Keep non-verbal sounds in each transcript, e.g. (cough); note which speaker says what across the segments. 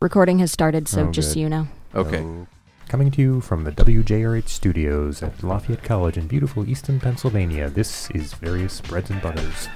Speaker 1: Recording has started, so
Speaker 2: Oh,
Speaker 1: just
Speaker 2: good.
Speaker 1: so you know.
Speaker 3: Okay.
Speaker 2: Coming to you from the WJRH studios at Lafayette College in beautiful Easton, Pennsylvania, this is Various Breads and Butters.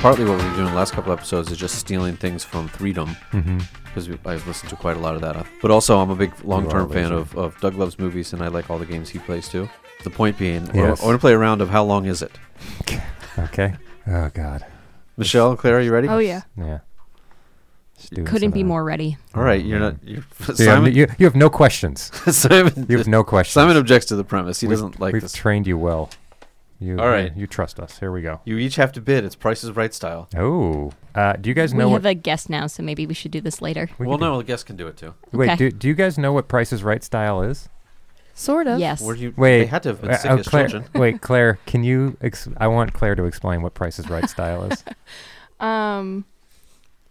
Speaker 3: Partly what we were doing the last couple episodes is just stealing things from Freedom
Speaker 2: Mm-hmm.
Speaker 3: because I've listened to quite a lot of that. But also, I'm a big long-term
Speaker 2: You are
Speaker 3: fan
Speaker 2: lazy.
Speaker 3: of, of Doug Love's movies, and I like all the games he plays too. The point being, I-
Speaker 2: Yes.
Speaker 3: I want to play a round of how long is it?
Speaker 2: Okay. Oh, God.
Speaker 3: Michelle, Claire, are you ready?
Speaker 4: Oh yeah.
Speaker 2: Yeah. Just doing
Speaker 1: Couldn't
Speaker 2: some
Speaker 1: be
Speaker 2: of
Speaker 1: more ready.
Speaker 3: All right, you're not. You're, (laughs)
Speaker 2: that. So you, have,
Speaker 3: Simon,
Speaker 2: you, you have no questions.
Speaker 3: (laughs) Simon,
Speaker 2: You have (laughs) no questions.
Speaker 3: Simon objects to the premise. He
Speaker 2: We've-
Speaker 3: doesn't like
Speaker 2: We've
Speaker 3: this.
Speaker 2: trained you well. You,
Speaker 3: All right.
Speaker 2: You, trust us. Here we go.
Speaker 3: you each have to bid. It's Price is Right style.
Speaker 2: Oh. Uh, do you guys know
Speaker 1: we
Speaker 2: what?
Speaker 1: have a guest now, so maybe we should do this later.
Speaker 2: we
Speaker 3: well,
Speaker 2: could do-
Speaker 3: no, the guest can do it too.
Speaker 2: Wait,
Speaker 1: okay.
Speaker 2: do, do you guys know what Price is Right style is?
Speaker 4: Sort of.
Speaker 1: Yes.
Speaker 3: Were you?
Speaker 2: Wait,
Speaker 3: they had to have been
Speaker 2: uh,
Speaker 3: sick
Speaker 2: oh,
Speaker 3: as
Speaker 2: Claire,
Speaker 3: children.
Speaker 2: Wait, Claire, can you? Ex- I want Claire to explain what Price is Right style is.
Speaker 4: Um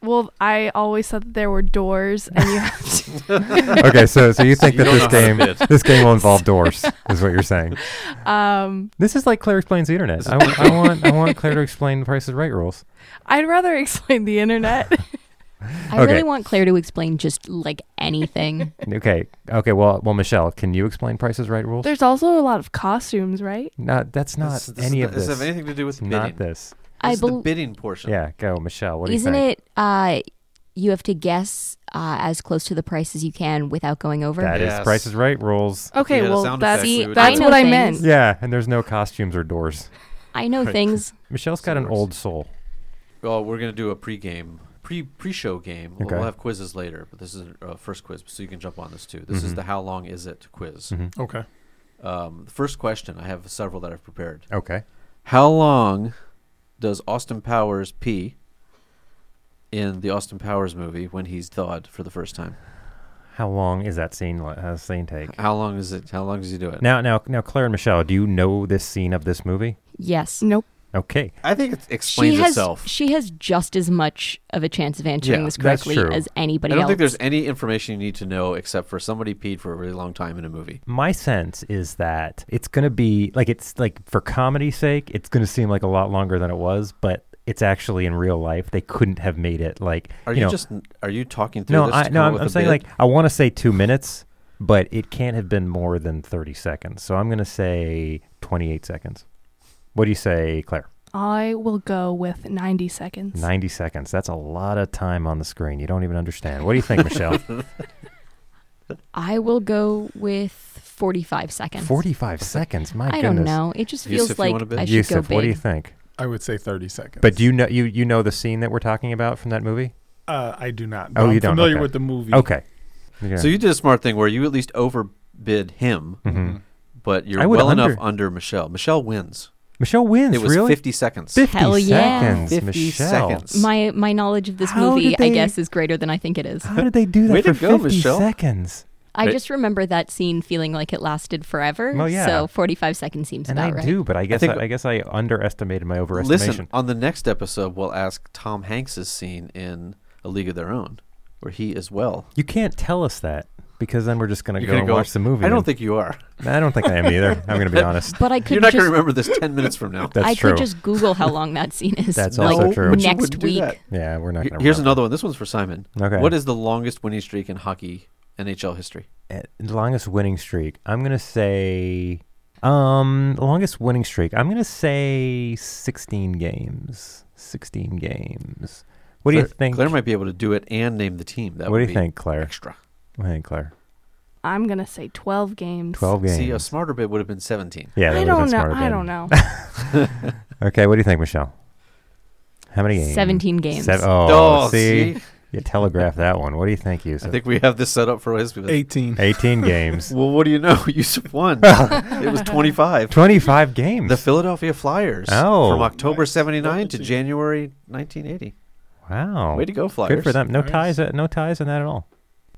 Speaker 4: well, I always thought that there were doors and you have to
Speaker 2: okay, so so you think that
Speaker 3: You don't
Speaker 2: this
Speaker 3: know how to
Speaker 2: game
Speaker 3: bid.
Speaker 2: this game will
Speaker 3: (laughs)
Speaker 2: involve doors is what you're saying. (laughs)
Speaker 4: um
Speaker 2: This is like Claire explains the internet.
Speaker 3: This
Speaker 2: I, wa- I want I want Claire to explain Price is Right rules.
Speaker 4: I'd rather explain the internet.
Speaker 2: (laughs)
Speaker 1: I
Speaker 2: okay.
Speaker 1: really want Claire to explain just like
Speaker 4: (laughs)
Speaker 1: anything.
Speaker 2: Okay, okay. Well, well, Michelle, can you explain Price is Right rules?
Speaker 4: There's also a lot of costumes, right?
Speaker 2: No, that's not
Speaker 3: This- this
Speaker 2: any
Speaker 3: is-
Speaker 2: of
Speaker 3: does
Speaker 2: this.
Speaker 3: it have anything to do with
Speaker 2: It's not
Speaker 3: bidding?
Speaker 2: this.
Speaker 1: I
Speaker 3: This is the
Speaker 1: bel-
Speaker 3: bidding portion.
Speaker 2: Yeah, go, Michelle. What do you
Speaker 1: Isn't
Speaker 2: think?
Speaker 1: it? Uh, you have to guess uh, as close to the price as you can without going over.
Speaker 2: That is
Speaker 3: Yes.
Speaker 2: Price is Right rules.
Speaker 4: Okay,
Speaker 3: had a
Speaker 4: well
Speaker 3: sound
Speaker 4: that's
Speaker 3: effect, we would
Speaker 4: that's
Speaker 1: do
Speaker 4: what
Speaker 1: it.
Speaker 4: I
Speaker 1: I know
Speaker 4: meant.
Speaker 1: things.
Speaker 2: Yeah, and there's no costumes or doors.
Speaker 1: I know things.
Speaker 2: Michelle's got an
Speaker 3: Doors.
Speaker 2: old soul.
Speaker 3: Well, we're gonna do a pre-game, pre pre-show game. We'll-
Speaker 2: Okay.
Speaker 3: We'll have quizzes later, but this is a first quiz, so you can jump on this too. This is
Speaker 2: Mhm.
Speaker 3: the how long is it quiz.
Speaker 2: Mhm.
Speaker 5: Okay.
Speaker 3: Um, the first question, I have several that I've prepared.
Speaker 2: Okay.
Speaker 3: How long does Austin Powers pee in the Austin Powers movie when he's thawed for the first time?
Speaker 2: How long is that scene? li- How does the scene take?
Speaker 3: How long is it? How long does he do it?
Speaker 2: Now, now, now, Claire and Michelle, do you know this scene of this movie?
Speaker 1: Yes.
Speaker 4: Nope.
Speaker 2: Okay,
Speaker 3: I think it
Speaker 1: She
Speaker 3: explains
Speaker 1: has
Speaker 3: itself.
Speaker 1: she has just as much of a chance of answering
Speaker 3: Yeah,
Speaker 1: this
Speaker 2: that's
Speaker 1: correctly
Speaker 2: true.
Speaker 1: as
Speaker 3: I
Speaker 1: anybody
Speaker 3: don't
Speaker 1: else.
Speaker 3: think there's any information you need to know except for somebody peed for a really long time in a movie.
Speaker 2: my sense is that it's gonna be like it's like for comedy's sake, it's gonna seem like a lot longer than it was, but it's actually in real life they couldn't have made it like
Speaker 3: Are you,
Speaker 2: you, know.
Speaker 3: just are you talking through
Speaker 2: no,
Speaker 3: this?
Speaker 2: I,
Speaker 3: to
Speaker 2: no,
Speaker 3: come up
Speaker 2: I'm,
Speaker 3: with
Speaker 2: I'm
Speaker 3: a
Speaker 2: saying
Speaker 3: bid?
Speaker 2: like I want to say two minutes, but it can't have been more than thirty seconds. So I'm gonna say twenty-eight seconds. What do you say, Claire?
Speaker 4: I will go with 90 seconds.
Speaker 2: 90 seconds. That's a lot of time on the screen. You don't even understand. What do
Speaker 1: (laughs)
Speaker 2: you think, Michelle?
Speaker 1: I will go with forty-five seconds.
Speaker 2: 45 seconds. My
Speaker 1: I
Speaker 2: goodness.
Speaker 1: don't know. It just feels
Speaker 3: Yusuf, you wanna
Speaker 1: like
Speaker 3: bid?
Speaker 1: I should go
Speaker 2: Yusuf,
Speaker 1: big.
Speaker 2: what do you think?
Speaker 5: I would say 30 seconds.
Speaker 2: But do you know you you know the scene that we're talking about from that movie?
Speaker 5: Uh, I do not.
Speaker 2: Oh,
Speaker 5: I'm
Speaker 2: you don't,
Speaker 5: familiar
Speaker 2: okay.
Speaker 5: with the movie.
Speaker 2: Okay. Yeah.
Speaker 3: So you Mm-hmm. did a smart thing where you at least overbid him,
Speaker 2: Mhm.
Speaker 5: Mm-hmm.
Speaker 3: but
Speaker 2: I
Speaker 3: you're
Speaker 2: would
Speaker 3: well enough
Speaker 2: under-
Speaker 3: under Michelle. Michelle wins.
Speaker 2: Michelle wins.
Speaker 3: it was
Speaker 2: really?
Speaker 3: 50 seconds.
Speaker 2: 50
Speaker 1: Hell yeah.
Speaker 2: seconds.
Speaker 3: 50
Speaker 2: Michelle.
Speaker 3: seconds.
Speaker 1: My my knowledge of this
Speaker 2: How
Speaker 1: movie,
Speaker 2: did
Speaker 1: I
Speaker 2: they-
Speaker 1: guess, is greater than I think it is.
Speaker 2: How did they do that
Speaker 3: (laughs) Way
Speaker 2: for
Speaker 3: to go,
Speaker 2: 50
Speaker 3: Michelle.
Speaker 2: seconds?
Speaker 1: I
Speaker 3: Right.
Speaker 1: just remember that scene feeling like it lasted forever.
Speaker 2: Well, yeah.
Speaker 1: So 45 seconds seems
Speaker 2: And I
Speaker 1: about right.
Speaker 2: do, but I guess I,
Speaker 3: think-
Speaker 2: I guess I underestimated my overestimation.
Speaker 3: Listen, on the next episode, we'll ask Tom Hanks's scene in A League of Their Own, where he is well.
Speaker 2: You can't tell us that because then we're just going to
Speaker 3: You're
Speaker 2: go
Speaker 3: gonna
Speaker 2: and
Speaker 3: go,
Speaker 2: watch the movie.
Speaker 3: I don't
Speaker 2: and-
Speaker 3: think you are.
Speaker 2: I don't think I am either. I'm going to
Speaker 3: (laughs)
Speaker 2: be honest.
Speaker 1: But I could
Speaker 3: You're not going
Speaker 1: just
Speaker 3: to remember this 10 minutes from now.
Speaker 2: That's
Speaker 1: I
Speaker 2: true.
Speaker 1: could just Google how long that scene is.
Speaker 2: That's
Speaker 1: like,
Speaker 2: also true.
Speaker 3: but you
Speaker 1: Next
Speaker 3: wouldn't do
Speaker 1: week.
Speaker 3: that.
Speaker 2: Yeah, we're not
Speaker 3: He-
Speaker 2: going to.
Speaker 3: Here's another one. This one's for Simon.
Speaker 2: Okay.
Speaker 3: What is the longest winning streak in hockey NHL history?
Speaker 2: Uh, longest winning streak. I'm gonna say, um, longest winning streak. I'm gonna say 16 games. 16 games. What do you
Speaker 3: Claire-
Speaker 2: think?
Speaker 3: Claire might be able to do it and name the team. That
Speaker 2: what
Speaker 3: would
Speaker 2: do you
Speaker 3: be
Speaker 2: think, Claire?
Speaker 3: Extra.
Speaker 2: What do you think, Claire?
Speaker 4: I'm going to say 12 games.
Speaker 2: 12 games.
Speaker 3: See, a smarter bid would have been 17.
Speaker 2: yeah, that
Speaker 4: I
Speaker 2: would've been
Speaker 4: don't know.
Speaker 2: smarter
Speaker 4: I
Speaker 2: bid.
Speaker 4: don't
Speaker 2: (laughs)
Speaker 4: know.
Speaker 3: Oh,
Speaker 2: Okay, what do you think, Michelle? How many games?
Speaker 1: 17 games.
Speaker 2: Sev- oh,
Speaker 3: Oh,
Speaker 2: see,
Speaker 3: see?
Speaker 2: you telegraphed that one. What do you think,
Speaker 3: I
Speaker 2: Yusuf? (laughs)
Speaker 3: think we have this set up for his.
Speaker 5: 18.
Speaker 2: 18 games.
Speaker 3: Well, what do you know? (laughs)
Speaker 2: (laughs)
Speaker 3: Yusuf won. it was 25.
Speaker 2: 25 games.
Speaker 3: The Philadelphia Flyers
Speaker 2: Oh.
Speaker 3: from October
Speaker 5: Nice.
Speaker 3: 79 to
Speaker 5: Loyalty.
Speaker 3: January 1980.
Speaker 2: wow.
Speaker 3: Way to go, Flyers.
Speaker 2: Oh. Good for them. No
Speaker 5: Nice.
Speaker 2: ties. uh, No ties in that at all.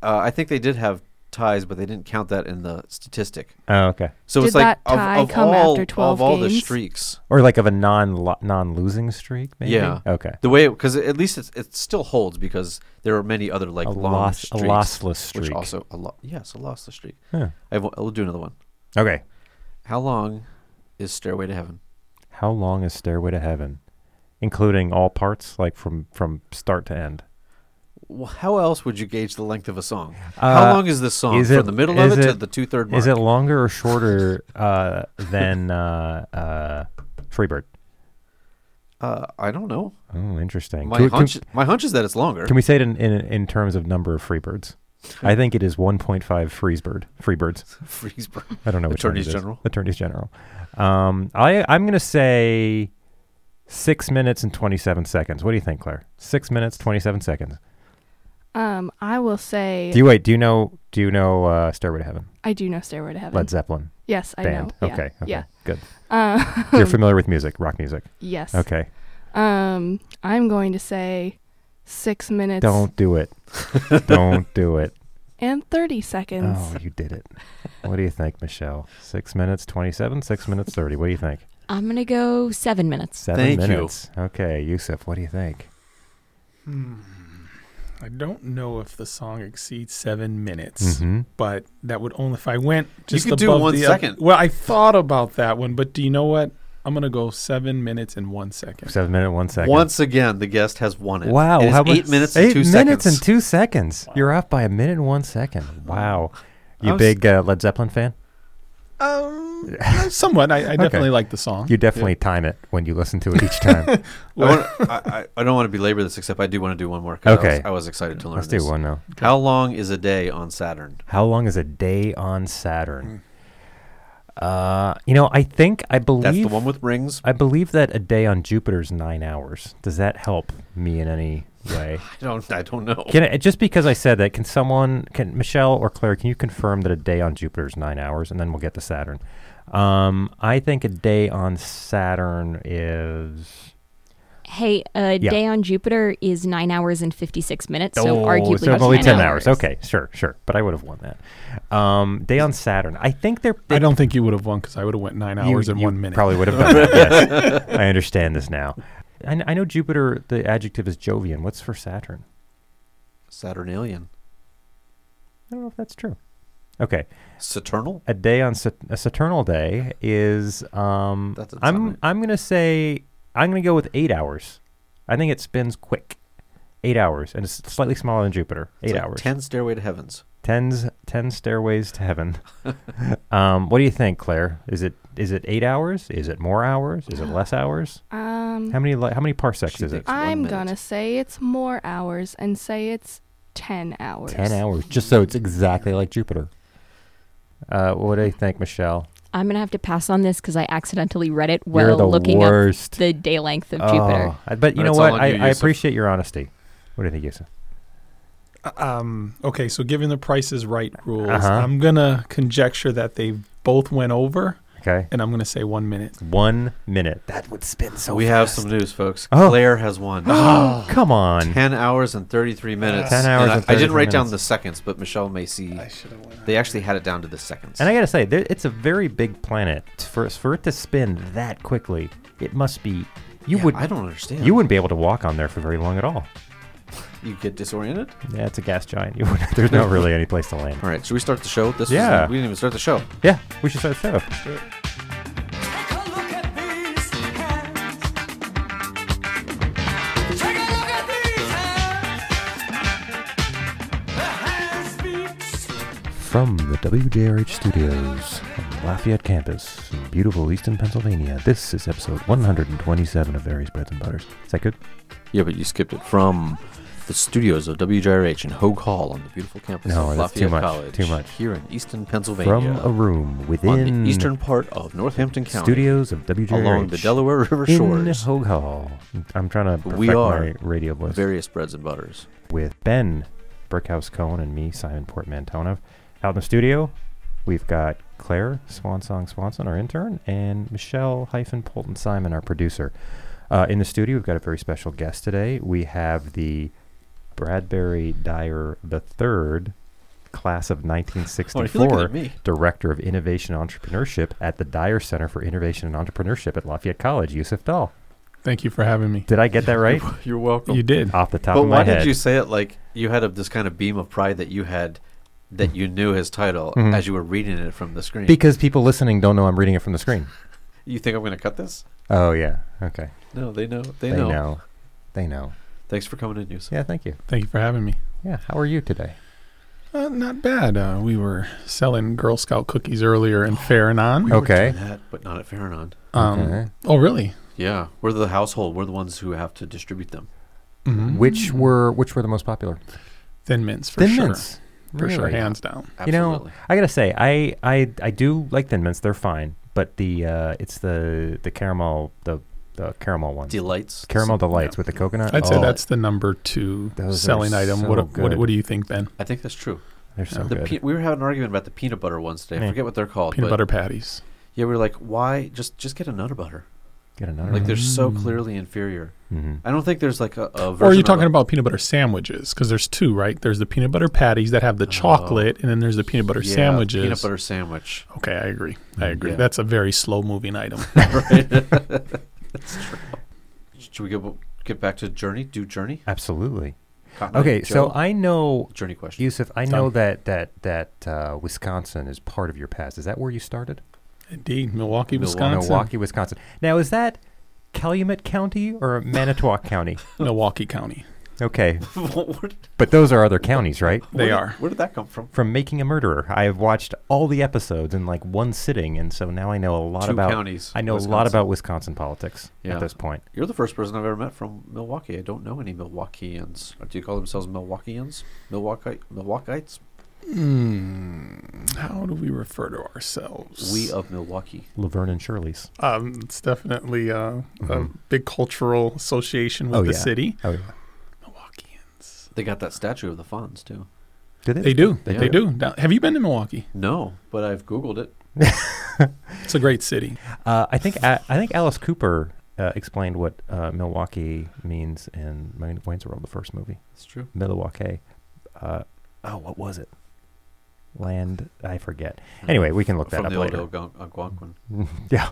Speaker 3: Uh, I think they did have ties, but they didn't count that in the statistic.
Speaker 2: Oh, okay.
Speaker 3: So
Speaker 4: Did
Speaker 3: it's like
Speaker 4: that tie
Speaker 3: of, of
Speaker 4: come
Speaker 3: all
Speaker 4: after 12
Speaker 3: of all the
Speaker 4: games?
Speaker 3: streaks.
Speaker 2: Or like of a non non losing streak, maybe.
Speaker 3: Yeah.
Speaker 2: Okay.
Speaker 3: The way because at least it's, it still holds because there are many other like
Speaker 2: a
Speaker 3: long
Speaker 2: loss,
Speaker 3: streaks,
Speaker 2: a lossless
Speaker 3: which
Speaker 2: streak.
Speaker 3: also a lot. Yes, a lossless streak.
Speaker 2: Huh.
Speaker 3: I have, one- I'll do another one.
Speaker 2: Okay.
Speaker 3: How long is Stairway to Heaven?
Speaker 2: How long is Stairway to Heaven, including all parts, like from from start to end?
Speaker 3: Well, how else would you gauge the length of a song?
Speaker 2: Uh,
Speaker 3: how long is this song
Speaker 2: is
Speaker 3: from
Speaker 2: it-
Speaker 3: the middle
Speaker 2: is
Speaker 3: of it, to
Speaker 2: it-
Speaker 3: the two third mark?
Speaker 2: Is it longer or shorter (laughs) uh, than uh, uh, Freebird?
Speaker 3: Uh, I don't know.
Speaker 2: Oh, interesting.
Speaker 3: My
Speaker 2: Can we- can-
Speaker 3: hunch, my hunch is that it's longer.
Speaker 2: Can we say it in, in, in terms of number of freebirds?
Speaker 3: Hmm.
Speaker 2: I think it is 1.5 freezebird, freebirds.
Speaker 3: (laughs) Freeze burn.
Speaker 2: I don't know which one it
Speaker 3: Attorneys
Speaker 2: is.
Speaker 3: General?
Speaker 2: Attorneys general. Um, I I'm gonna say six minutes and 27 seconds. What do you think, Claire? Six minutes 27 seconds.
Speaker 4: Um, I will say
Speaker 2: Do you wait? Do you know? Do you know uh, Stairway to Heaven?
Speaker 4: I do know Stairway to Heaven.
Speaker 2: Led Zeppelin
Speaker 4: yes, I
Speaker 2: band.
Speaker 4: know.
Speaker 2: Okay. Okay.
Speaker 4: Yeah. (laughs)
Speaker 2: Good.
Speaker 4: Yeah. Um,
Speaker 2: You're familiar with music, rock music.
Speaker 4: yes.
Speaker 2: Okay.
Speaker 4: Um, I'm going to say six minutes
Speaker 2: Don't do it. (laughs) don't do
Speaker 4: (laughs)
Speaker 2: it.
Speaker 4: and 30 seconds.
Speaker 2: Oh, you did it. What do you think, Michelle? Six minutes 27. Six minutes 30. What do you think?
Speaker 1: I'm gonna go seven minutes.
Speaker 2: Seven
Speaker 3: Thank you.
Speaker 2: minutes. Okay, Yusuf, what do you think?
Speaker 5: Hmm. I don't know if the song exceeds seven minutes,
Speaker 2: Mm-hmm.
Speaker 5: but that would only if I went just
Speaker 3: could do
Speaker 5: above
Speaker 3: one
Speaker 5: the
Speaker 3: second.
Speaker 5: Other, well, I thought about that one, but do you know what? I'm gonna go seven minutes and one second.
Speaker 2: Seven minute, one second.
Speaker 3: Once again, the guest has won it.
Speaker 2: Wow,
Speaker 3: It is
Speaker 2: how mu-
Speaker 3: eight minutes
Speaker 2: eight
Speaker 3: and two
Speaker 2: minutes
Speaker 3: seconds.
Speaker 2: and two seconds. You're off by a minute and one second. Wow, you
Speaker 3: I was-
Speaker 2: big uh, Led Zeppelin fan?
Speaker 5: Um, (laughs) somewhat. I, I definitely like the song.
Speaker 2: You definitely time it when you listen to it each
Speaker 3: (laughs)
Speaker 2: time.
Speaker 3: I,
Speaker 2: (laughs)
Speaker 3: wanna, I, I- I don't want to belabor this, except I do want to do one more. 'cause I
Speaker 2: Okay.
Speaker 3: was- I was, excited to learn
Speaker 2: Let's
Speaker 3: this.
Speaker 2: do one now.
Speaker 3: How long is a day on Saturn?
Speaker 2: How long is a day on Saturn? Uh, you know, I think I believe
Speaker 3: That's the one with rings.
Speaker 2: I believe that a day on Jupiter's nine hours. Does that help me in any way?
Speaker 3: I don't. I don't know.
Speaker 2: Can I, just because I said that, can someone, can Michelle or Claire, can you confirm that a day on Jupiter is nine hours, and then we'll get to Saturn? Um, I think a day on Saturn is
Speaker 1: Hey, a
Speaker 2: Yeah.
Speaker 1: day on Jupiter is nine hours and fifty-six minutes, so
Speaker 2: Oh,
Speaker 1: arguably
Speaker 2: so
Speaker 1: it's
Speaker 2: only
Speaker 1: nine
Speaker 2: ten hours. Okay, sure, sure, but I would have won that. Um, day on Saturn. I think they're.
Speaker 5: I don't think you would have won because I would have went nine
Speaker 2: you-
Speaker 5: hours and
Speaker 2: you
Speaker 5: one minute.
Speaker 2: Probably would have done that. Yes, (laughs) I understand this now. I, kn- I know Jupiter. The adjective is Jovian. What's for Saturn?
Speaker 3: Saturnalian,
Speaker 2: I don't know if that's true. Okay.
Speaker 3: Saturnal.
Speaker 2: a day on Sat- a Saturnal day is um
Speaker 3: That doesn't sound
Speaker 2: I'm
Speaker 3: right.
Speaker 2: I'm going to say I'm going to go with 8 hours. I think it spins quick. 8 hours and it's slightly smaller than Jupiter. 8
Speaker 3: It's like
Speaker 2: hours.
Speaker 3: Ten stairway to heavens.
Speaker 2: Tens 10 stairways to
Speaker 3: (laughs)
Speaker 2: heaven. um what do you think, Claire? Is it is it 8 hours? Is it more hours? Is it less hours?
Speaker 4: Um,
Speaker 1: Mm-hmm.
Speaker 2: How many li- how many parsecs
Speaker 3: She
Speaker 2: is it?
Speaker 3: thinks- It's one
Speaker 4: I'm
Speaker 3: minute.
Speaker 4: going to say it's more hours and say it's 10 hours.
Speaker 2: 10 hours just so it's exactly like Jupiter. Uh, what do you think, Michelle?
Speaker 1: I'm gonna have to pass on this because I accidentally read it while
Speaker 2: You're the
Speaker 1: looking
Speaker 2: worst.
Speaker 1: up the day length of Jupiter.
Speaker 2: Oh, I- but you
Speaker 3: But
Speaker 2: know
Speaker 3: it's
Speaker 2: what?
Speaker 3: all on
Speaker 2: I,
Speaker 3: you,
Speaker 2: I
Speaker 3: Yusuf.
Speaker 2: appreciate your honesty. What do you think, Yusuf?
Speaker 5: Um, okay, so given the Price is Right rules,
Speaker 2: Uh-huh.
Speaker 5: I'm gonna conjecture that they both went over,
Speaker 2: Okay.
Speaker 5: and I'm gonna say one minute.
Speaker 2: One minute. That would spin so
Speaker 3: (gasps) we have some news, folks.
Speaker 2: Oh.
Speaker 3: Claire has
Speaker 2: (gasps)
Speaker 3: won. (gasps)
Speaker 2: Come on.
Speaker 3: Ten hours and thirty-three minutes.
Speaker 2: 10 hours
Speaker 3: I,
Speaker 2: and
Speaker 3: I didn't
Speaker 2: 33
Speaker 3: write down
Speaker 2: minutes.
Speaker 3: the seconds, but Michelle may see.
Speaker 5: should have won.
Speaker 3: They actually had it down to the seconds.
Speaker 2: And I gotta say, there, it's a very big planet. For for it to spin that quickly, it must be. You
Speaker 3: Yeah,
Speaker 2: would.
Speaker 3: I don't understand.
Speaker 2: You wouldn't be able to walk on there for very long at all.
Speaker 3: You get disoriented.
Speaker 2: Yeah, it's a gas giant. You would, (laughs) there's not really any place to land.
Speaker 3: (laughs) All right. Should we start the show? This was-
Speaker 2: Yeah.
Speaker 3: we didn't even start the show.
Speaker 2: Yeah, we should start the show.
Speaker 6: Take a look at these hands. Take a look at these hands. The hand speaks.
Speaker 2: From the WJRH studios on Lafayette campus in beautiful Easton, Pennsylvania, this is episode 127 of Various Breads and Butters. Is that good?
Speaker 3: Yeah, but you skipped it from the studios of WJRH in Hogue Hall on the beautiful campus
Speaker 2: No,
Speaker 3: of
Speaker 2: that's
Speaker 3: Lafayette
Speaker 2: too much,
Speaker 3: College.
Speaker 2: too much.
Speaker 3: Here in Easton,
Speaker 2: From
Speaker 3: Pennsylvania.
Speaker 2: a room
Speaker 3: on
Speaker 2: within
Speaker 3: the eastern part of Northampton County.
Speaker 2: studios of WJRH.
Speaker 3: along the Delaware River
Speaker 2: In
Speaker 3: shores.
Speaker 2: Hogue Hall. I'm trying to perfect
Speaker 3: We are
Speaker 2: my radio voice
Speaker 3: Various breads and butters.
Speaker 2: with Ben Brickhouse Cohen and me, Simon Portmantonov. Out in the studio, we've got Claire Swansong Swanson, our intern, and Michelle hyphen Polton Simon, our producer. Uh, in the studio, we've got a very special guest today. We have the Bradbury Dyer the third class of
Speaker 3: Oh, Why are you looking
Speaker 2: 1964,
Speaker 3: at me? (laughs)
Speaker 2: Director of Innovation and Entrepreneurship at the Dyer Center for Innovation and Entrepreneurship at Lafayette College, Yusuf Dahl.
Speaker 5: Thank you for having me.
Speaker 2: Did I get that right?
Speaker 3: You're welcome.
Speaker 5: You did.
Speaker 2: Off the top
Speaker 3: but
Speaker 2: of
Speaker 3: why
Speaker 2: my
Speaker 3: did
Speaker 2: head.
Speaker 3: you say it like you had a, this kind of beam of pride that you had
Speaker 2: Mm.
Speaker 3: that you knew his title
Speaker 2: Mhm.
Speaker 3: as you were reading it from the screen?
Speaker 2: (laughs) because people listening don't know I'm reading it from the screen.
Speaker 3: you think I'm going to cut this?
Speaker 2: Oh, yeah. Okay.
Speaker 3: No, they know. They,
Speaker 2: They,
Speaker 3: know.
Speaker 2: know. They know.
Speaker 3: Thanks for coming in, Yusuf.
Speaker 2: Yeah, thank you.
Speaker 5: Thank you for having me.
Speaker 2: Yeah, how are you today?
Speaker 5: Uh, not bad. Uh, we were selling Girl Scout cookies earlier
Speaker 2: (gasps)
Speaker 5: in Faranon.
Speaker 2: were Okay.
Speaker 3: doing that, but not at Faranon.
Speaker 5: Um,
Speaker 2: Okay.
Speaker 5: Oh, really?
Speaker 3: Yeah, we're the household. We're the ones who have to distribute them.
Speaker 5: Mhm.
Speaker 2: Which were which were the most popular?
Speaker 5: Thin Mints for
Speaker 2: Thin
Speaker 5: sure.
Speaker 2: mints.
Speaker 5: For sure,
Speaker 2: Really?
Speaker 5: hands down.
Speaker 2: You know,
Speaker 3: Absolutely.
Speaker 2: I gotta say, I, I I do like thin mints. They're fine, but the uh, it's the the caramel the the caramel ones,
Speaker 3: delights.
Speaker 2: caramel delights with the coconut.
Speaker 5: I'd say
Speaker 2: Oh,
Speaker 5: that's the number two
Speaker 2: Those are
Speaker 5: selling item. what,
Speaker 2: so
Speaker 5: what
Speaker 2: good.
Speaker 5: what do you think, Ben?
Speaker 3: I think that's true.
Speaker 2: they're so
Speaker 3: the
Speaker 2: good.
Speaker 3: pe- we were having an argument about the peanut butter ones today. I
Speaker 2: Yeah.
Speaker 3: forget what they're called.
Speaker 5: Peanut
Speaker 3: but
Speaker 5: butter patties.
Speaker 3: Yeah, we were like, why just just get a nutter butter?
Speaker 2: Get another.
Speaker 3: Like they're so
Speaker 5: Mm.
Speaker 3: clearly inferior.
Speaker 2: hmm
Speaker 3: I don't think there's like a, a version.
Speaker 5: Or are you talking
Speaker 3: of
Speaker 5: about peanut butter sandwiches? Because there's two, right? There's the peanut butter patties that have
Speaker 2: Oh.
Speaker 5: the chocolate, and then there's the peanut butter
Speaker 3: yeah,
Speaker 5: sandwiches.
Speaker 3: Peanut butter sandwich. (laughs)
Speaker 5: Okay, I agree. I
Speaker 2: Mm,
Speaker 5: agree.
Speaker 3: Yeah.
Speaker 5: That's a very slow moving item.
Speaker 3: Right? (laughs) that's true. Should we go get back to journey? Do journey?
Speaker 2: Absolutely.
Speaker 3: Cotton Eye
Speaker 2: Okay, so
Speaker 3: Joe?
Speaker 2: I know
Speaker 3: journey question.
Speaker 2: Yusuf. I know
Speaker 5: Um,
Speaker 2: that that that uh, Wisconsin is part of your past. Is that where you started?
Speaker 5: Indeed,
Speaker 3: Milwaukee.
Speaker 5: Milwaukee, Wisconsin.
Speaker 2: Milwaukee, Wisconsin. Now is that Calumet County or
Speaker 5: (laughs)
Speaker 2: Manitowoc County?
Speaker 5: Milwaukee County.
Speaker 2: Okay,
Speaker 3: (laughs) What- what-
Speaker 2: but those are other counties, right?
Speaker 5: They
Speaker 3: where-
Speaker 5: are.
Speaker 3: Where did that come from?
Speaker 2: from Making a Murderer. I have watched all the episodes in like one sitting, and so now I know a lot
Speaker 3: Two
Speaker 2: about.
Speaker 3: counties.
Speaker 2: I know a lot
Speaker 3: Wisconsin.
Speaker 2: about Wisconsin politics
Speaker 3: Yeah.
Speaker 2: at this point.
Speaker 3: You're the first person I've ever met from Milwaukee. I don't know any Milwaukeeans. Or do you call themselves Milwaukeeans? Milwaukee Milwaukeeites?
Speaker 5: Hmm. How do we refer to ourselves?
Speaker 2: uh,
Speaker 3: We of Milwaukee.
Speaker 2: Laverne and Shirley's.
Speaker 5: Um, it's definitely uh, a
Speaker 2: Mhm.
Speaker 5: big cultural association with
Speaker 2: Oh,
Speaker 5: the
Speaker 2: yeah.
Speaker 5: city.
Speaker 2: Oh, yeah.
Speaker 5: Milwaukeeans.
Speaker 3: They got that statue of the Fonz too.
Speaker 2: did
Speaker 5: They do.
Speaker 2: They
Speaker 5: They
Speaker 3: do.
Speaker 5: do. Now, have you been to Milwaukee?
Speaker 3: No, but I've Googled it.
Speaker 5: It's a great city.
Speaker 2: Uh, I think I, I think Alice Cooper uh, explained what uh, Milwaukee means in Wayne- Wayne's World, the first movie.
Speaker 3: It's true.
Speaker 2: Milwaukee. Uh, oh, what was it? Land. I forget. Anyway, we can look that
Speaker 3: From
Speaker 2: up
Speaker 3: the
Speaker 2: later.
Speaker 3: old Algon- Algonquin.
Speaker 2: (laughs) yeah.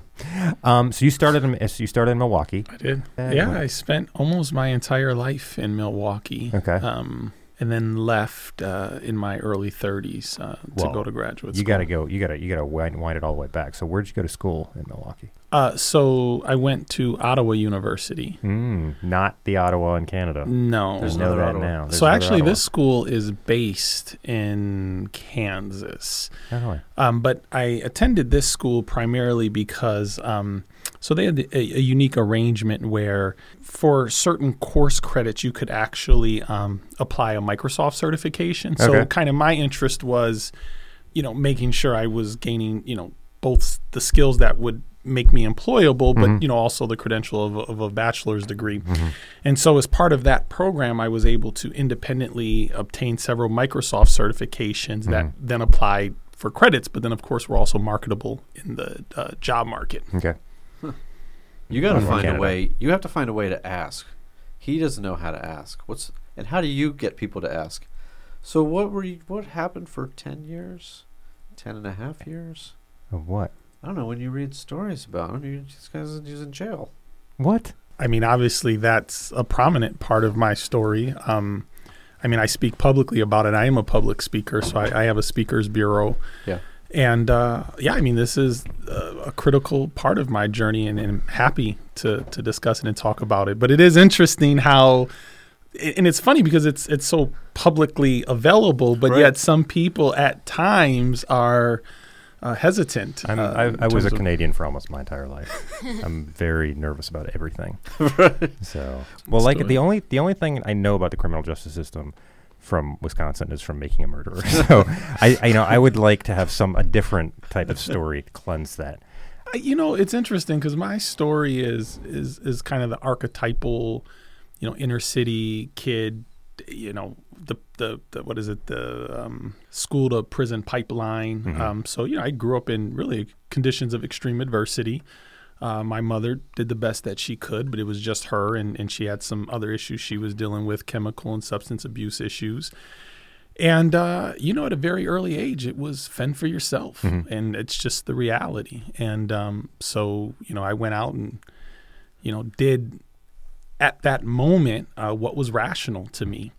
Speaker 2: Um, so you started. In, so you started in Milwaukee.
Speaker 5: I did.
Speaker 2: Uh,
Speaker 5: yeah, I spent almost my entire life in Milwaukee.
Speaker 2: Okay.
Speaker 5: Um, and then left uh, in my early 30s uh,
Speaker 2: Well,
Speaker 5: to go to graduate
Speaker 2: you
Speaker 5: school.
Speaker 2: got to go. You got to. You got to wind, wind it all the way back. So where'd you go to school in Milwaukee?
Speaker 5: Uh, so I went to Ottawa University.
Speaker 2: Mm, not the Ottawa in Canada.
Speaker 5: No.
Speaker 2: There's
Speaker 3: There's
Speaker 2: no
Speaker 3: another
Speaker 2: that
Speaker 3: Ottawa.
Speaker 2: now. There's
Speaker 5: so
Speaker 2: another
Speaker 5: actually,
Speaker 2: Ottawa.
Speaker 5: this school is based in Kansas.
Speaker 2: No way.
Speaker 5: Um, but I attended this school primarily because um, so they had a, a unique arrangement where for certain course credits you could actually um, apply a Microsoft certification. So
Speaker 2: Okay.
Speaker 5: kind of my interest was, you know, making sure I was gaining, you know, both s- the skills that would make me employable, but
Speaker 2: Mhm.
Speaker 5: you know, also the credential of, a- of a bachelor's degree.
Speaker 2: Mm-hmm.
Speaker 5: And so, as part of that program, I was able to independently obtain several Microsoft certifications that
Speaker 2: Mhm.
Speaker 5: then applied for credits, but then, of course, were also marketable in the uh, job market.
Speaker 2: Okay.
Speaker 3: You got to
Speaker 2: From
Speaker 3: find
Speaker 2: Canada.
Speaker 3: a way. You have to find a way to ask. He doesn't know how to ask. What's and how do you get people to ask? So what were you? What happened for ten years, ten and a half years?
Speaker 2: Of what?
Speaker 3: I don't know. When you read stories about him, you, this guy's he's in jail.
Speaker 2: What?
Speaker 5: I mean, obviously, that's a prominent part of my story. Um, I mean, I speak publicly about it. I am a public speaker, so I, I have a speakers bureau.
Speaker 3: Yeah.
Speaker 5: And uh, yeah, I mean, this is uh, a critical part of my journey, and, and I'm happy to to discuss it and talk about it. But it is interesting how, and it's funny because it's it's so publicly available, but
Speaker 3: Right.
Speaker 5: yet some people at times are uh, hesitant.
Speaker 2: I'm,
Speaker 5: uh, in
Speaker 2: I, I was
Speaker 5: terms
Speaker 2: a
Speaker 5: of-
Speaker 2: Canadian for almost my entire (laughs) life. I'm very nervous about everything. (laughs) So, well, like
Speaker 5: Story.
Speaker 2: the only the only thing I know about the criminal justice system from Wisconsin is from Making a (laughs) Murderer. So, I, I you know I would like to have some a different type of story to cleanse that.
Speaker 5: I- you know it's interesting because my story is is is kind of the archetypal you know inner city kid you know the the, the what is it the um, school to prison pipeline
Speaker 2: Mhm.
Speaker 5: um, so you know i grew up in really conditions of extreme adversity uh, my mother did the best that she could, but it was just her, and, and she had some other issues she was dealing with chemical and substance abuse issues. And uh, you know, at a very early age, it was fend for yourself, and it's just the reality. And um, so, you know, I went out and you know did at that moment uh, what was rational to me.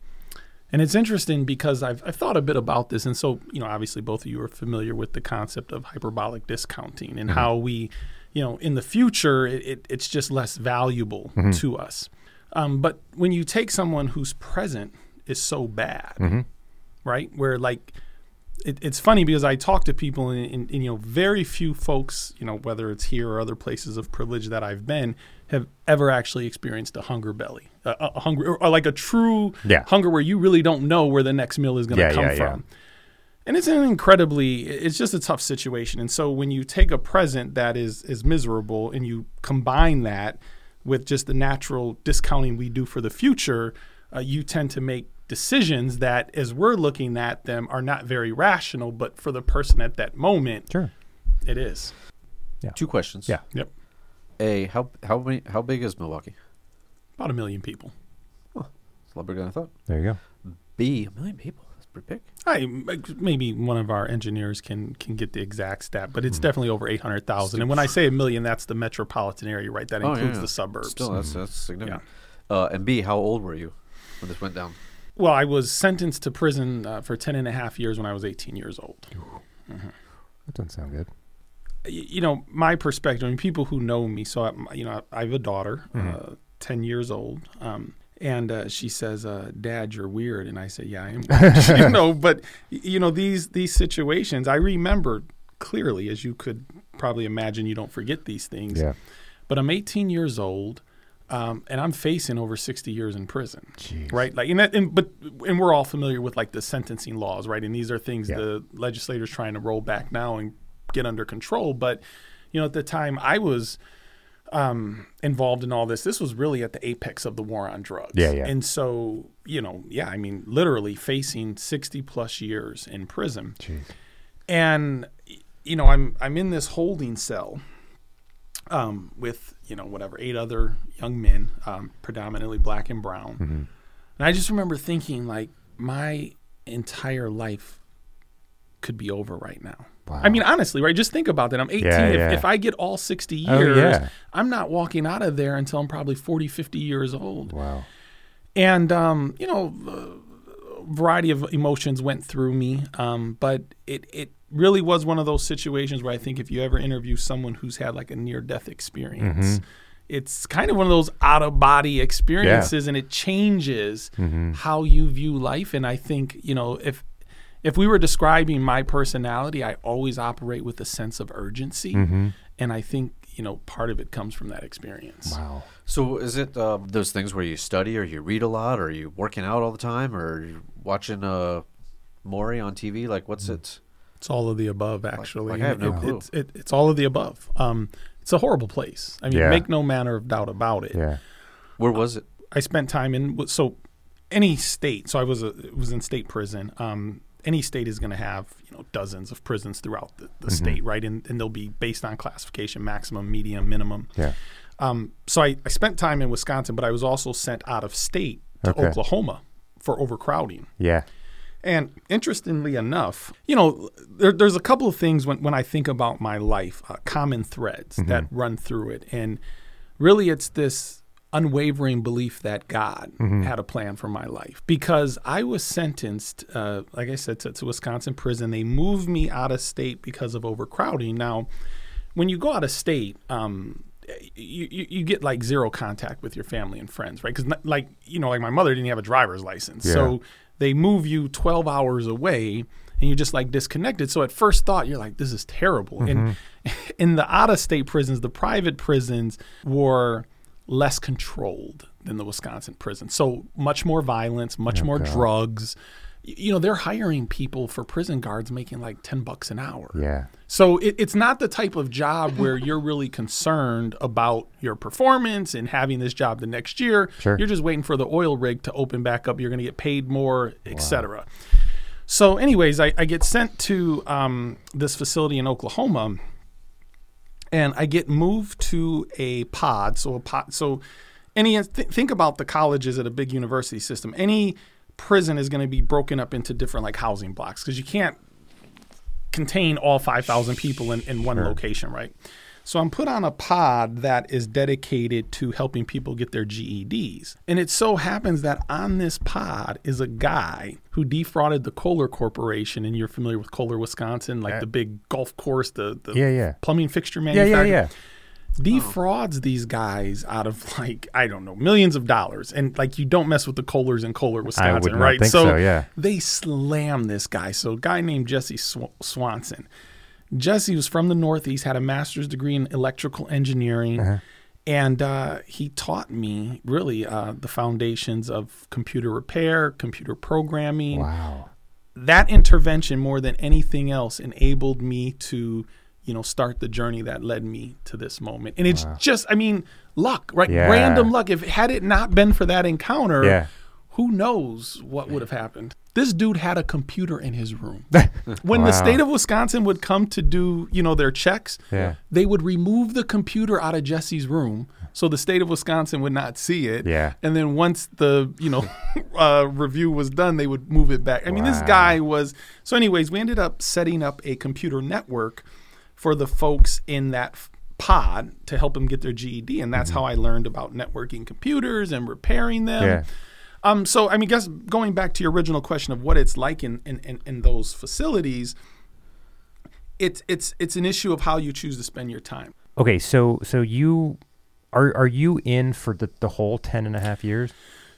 Speaker 5: And it's interesting because I've, I've thought a bit about this. And so, you know, obviously both of you are familiar with the concept of hyperbolic discounting and how we, you know, in the future, it, it, it's just less valuable to us. Um, but when you take someone whose present is so bad,
Speaker 2: Mm-hmm.
Speaker 5: right? Where like, it, it's funny because I talk to people and, and, and, you know, very few folks, you know, whether it's here or other places of privilege that I've been, have ever actually experienced a hunger belly, a, a- a hunger, or, or like a true
Speaker 2: Yeah.
Speaker 5: hunger where you really don't know where the next meal is going to
Speaker 2: Yeah,
Speaker 5: come
Speaker 2: yeah, yeah.
Speaker 5: from. And it's an incredibly, it's just a tough situation. And so when you take a present that is is miserable and you combine that with just the natural discounting we do for the future, uh, you tend to make decisions that, as we're looking at them, are not very rational. But for the person at that moment,
Speaker 2: Sure.
Speaker 5: it is.
Speaker 3: Two questions.
Speaker 2: Yeah.
Speaker 5: Yep,
Speaker 3: A how how many how big is Milwaukee?
Speaker 5: about a million people.
Speaker 3: It's a lot bigger than I thought.
Speaker 2: There you go. I
Speaker 3: B a million people. That's pretty big.
Speaker 5: I maybe one of our engineers can can get the exact stat, but it's
Speaker 3: Hmm.
Speaker 5: definitely over eight hundred thousand. And when I say a million, that's the metropolitan area, right? That
Speaker 3: Oh, yeah,
Speaker 5: includes
Speaker 3: yeah.
Speaker 5: the suburbs.
Speaker 3: Still, that's that's significant. Uh, and B, how old were you when this went down?
Speaker 5: Well, I was sentenced to prison uh, for 10 and a half years when I was 18 years old. Mm-hmm. Y-
Speaker 2: That doesn't sound good.
Speaker 5: You know, my perspective, I mean, people who know me, so, I, you know, I have a daughter, uh, 10 years old. Um, and uh, she says, uh, "Dad, you're weird." And I say, "Yeah, I am." Weird. (laughs) you know, but y- you know these these situations. I remember clearly, as you could probably imagine. You don't forget these things.
Speaker 2: Yeah.
Speaker 5: but I'm 18 years old, um, and I'm facing over 60 years in prison. Right? Like, and, that, and but and we're all familiar with like the sentencing laws, right? And these are things
Speaker 2: Yeah.
Speaker 5: the legislators trying to roll back now and get under control. But you know, at the time I was um, involved in all this, this was really at the apex of the war on drugs.
Speaker 2: Yeah, yeah.
Speaker 5: And so, you know, yeah, I mean, literally facing 60 plus years in prison
Speaker 2: Jeez.
Speaker 5: and y- you know i'm i'm in this holding cell um, with you know whatever eight other young men um, predominantly black and brown
Speaker 2: Mm-hmm.
Speaker 5: and i just remember thinking like my entire life could be over right now
Speaker 2: Wow.
Speaker 5: i mean honestly right just think about that i'm 18
Speaker 2: Yeah,
Speaker 5: if,
Speaker 2: yeah.
Speaker 5: if i get all 60 years
Speaker 2: Oh, yeah.
Speaker 5: i'm not walking out of there until i'm probably 40 50 years old
Speaker 2: Wow.
Speaker 5: and um, you know, a variety of emotions went through me. Um, but it it really was one of those situations where I think if you ever interview someone who's had like a near death experience. It's kind of one of those out of body experiences, and it changes how you view life. And I think you know, if if we were describing my personality, I always operate with a sense of urgency,
Speaker 2: Mm-hmm.
Speaker 5: and I think you know part of it comes from that experience.
Speaker 2: Wow.
Speaker 3: So is it uh, those things where you study or you read a lot or you working out all the time or you watching uh, Maury on TV? Like what's it?
Speaker 5: It's all of the above, actually.
Speaker 3: like, I have no
Speaker 5: It-
Speaker 3: clue.
Speaker 5: It's, it, it's all of the above. Um, it's a horrible place. I mean,
Speaker 2: Yeah.
Speaker 5: make no manner of doubt about it.
Speaker 2: Yeah.
Speaker 3: Where was it?
Speaker 5: I spent time in so any state. So I was a, was in state prison. Um, any state is going to have you know dozens of prisons throughout the,
Speaker 2: Mm-hmm.
Speaker 5: the state, right? And and they'll be based on classification: maximum, medium, minimum.
Speaker 2: Yeah.
Speaker 5: Um, so I, I spent time in Wisconsin, but I was also sent out of state to
Speaker 2: Okay.
Speaker 5: Oklahoma for overcrowding.
Speaker 2: Yeah.
Speaker 5: And interestingly enough, you know, there, there's a couple of things when, when I think about my life, uh, common threads that run through it. And really, it's this unwavering belief that God had a plan for my life because I was sentenced, uh, like I said, to, to Wisconsin prison. They moved me out of state because of overcrowding. Now, when you go out of state, um, you, you, you get like zero contact with your family and friends, right? Because like you know, like my mother didn't have a driver's license, so they move you 12 hours away, and you're just like disconnected. So at first thought, you're like, this is terrible. And (laughs) in the out of state prisons, the private prisons were less controlled than the Wisconsin prison, so much more violence, much more drugs. Y- You know, they're hiring people for prison guards making like 10 bucks an hour.
Speaker 2: Yeah.
Speaker 5: So it, it's not the type of job where you're really concerned about your performance and having this job the next year.
Speaker 2: Sure.
Speaker 5: You're just waiting for the oil rig to open back up. You're going to get paid more, etc. So, anyways, I, I get sent to um, this facility in Oklahoma, and I get moved to a pod. So a pod. So any th- think about the colleges at a big university system. Any prison is going to be broken up into different like housing blocks because you can't contain all 5,000 people in, in one
Speaker 2: Sure.
Speaker 5: location, right? So I'm put on a pod that is dedicated to helping people get their GEDs. And it so happens that on this pod is a guy who defrauded the Kohler Corporation. And you're familiar with Kohler, Wisconsin, like
Speaker 2: Yeah.
Speaker 5: the big golf course, the, the
Speaker 2: Yeah, yeah.
Speaker 5: plumbing fixture
Speaker 2: Yeah,
Speaker 5: manufacturer
Speaker 2: yeah, yeah.
Speaker 5: defrauds these guys out of (laughs) like I don't know millions of dollars, and like you don't mess with the Kohlers in Kohler, Wisconsin,
Speaker 2: would not
Speaker 5: right?
Speaker 2: think so, yeah.
Speaker 5: they slam this guy. So a guy named Jesse Sw- Swanson. Jesse was from the Northeast, had a master's degree in electrical engineering.
Speaker 2: Uh-huh.
Speaker 5: And uh, he taught me really uh, the foundations of computer repair, computer programming,
Speaker 2: Wow.
Speaker 5: that intervention more than anything else enabled me to you know start the journey that led me to this moment and it's just i mean luck right
Speaker 2: Yeah.
Speaker 5: random luck if had it not been for that encounter
Speaker 2: Yeah.
Speaker 5: who knows what would have happened this dude had a computer in his
Speaker 2: (laughs)
Speaker 5: room when
Speaker 2: Wow.
Speaker 5: the state of wisconsin would come to do you know their checks
Speaker 2: Yeah.
Speaker 5: they would remove the computer out of jesse's room so the state of wisconsin would not see it
Speaker 2: Yeah.
Speaker 5: and then once the you know (laughs) uh, review was done, they would move it back. I mean, this
Speaker 2: Wow.
Speaker 5: guy was so. Anyways, we ended up setting up a computer network for the folks in that f- pod to help them get their GED, and that's how I learned about networking computers and repairing them.
Speaker 2: Mm-hmm. Yeah.
Speaker 5: Um, so I mean, guess going back to your original question of what it's like in in, in, in those facilities, it's it's it's an issue of how you choose to spend your time.
Speaker 2: Okay, so so you are are you in for the, the whole ten and a half years?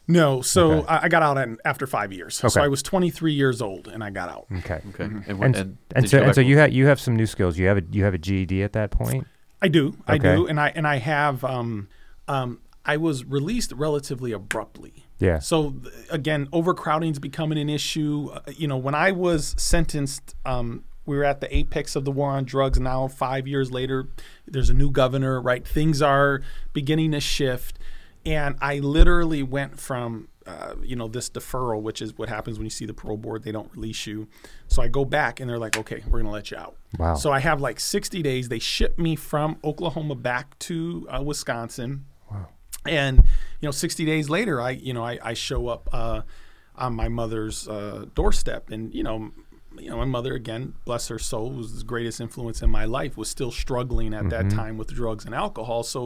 Speaker 5: No, so
Speaker 2: Okay.
Speaker 5: I, I got out at, after five years.
Speaker 2: Okay.
Speaker 5: So I was 23 years old and I got out.
Speaker 2: Okay.
Speaker 3: Okay. And, wh-
Speaker 2: And and,
Speaker 3: and did
Speaker 2: so
Speaker 3: go
Speaker 2: and
Speaker 3: back-
Speaker 2: so you have you have some new skills. You have a you have a GED at that point.
Speaker 5: I do. I
Speaker 2: Okay.
Speaker 5: do. And I and I have um um I was released relatively abruptly.
Speaker 2: Yeah.
Speaker 5: So th- again, overcrowding's becoming an issue. Uh, you know, when I was sentenced um we were at the apex of the war on drugs now 5 years later there's a new governor, right? Things are beginning to shift and I literally went from uh, you know this deferral, which is what happens when you see the parole board, they don't release you. So I go back and they're like, "Okay, we're gonna let you out."
Speaker 2: Wow.
Speaker 5: So I have like 60 days. They ship me from Oklahoma back to uh, Wisconsin. Wow. And you know, 60 days later, I you know I, I show up uh, on my mother's uh, doorstep, and you know. m- You know, my mother again, bless her soul, was the greatest influence in my life. Was still struggling at that time with drugs and alcohol, so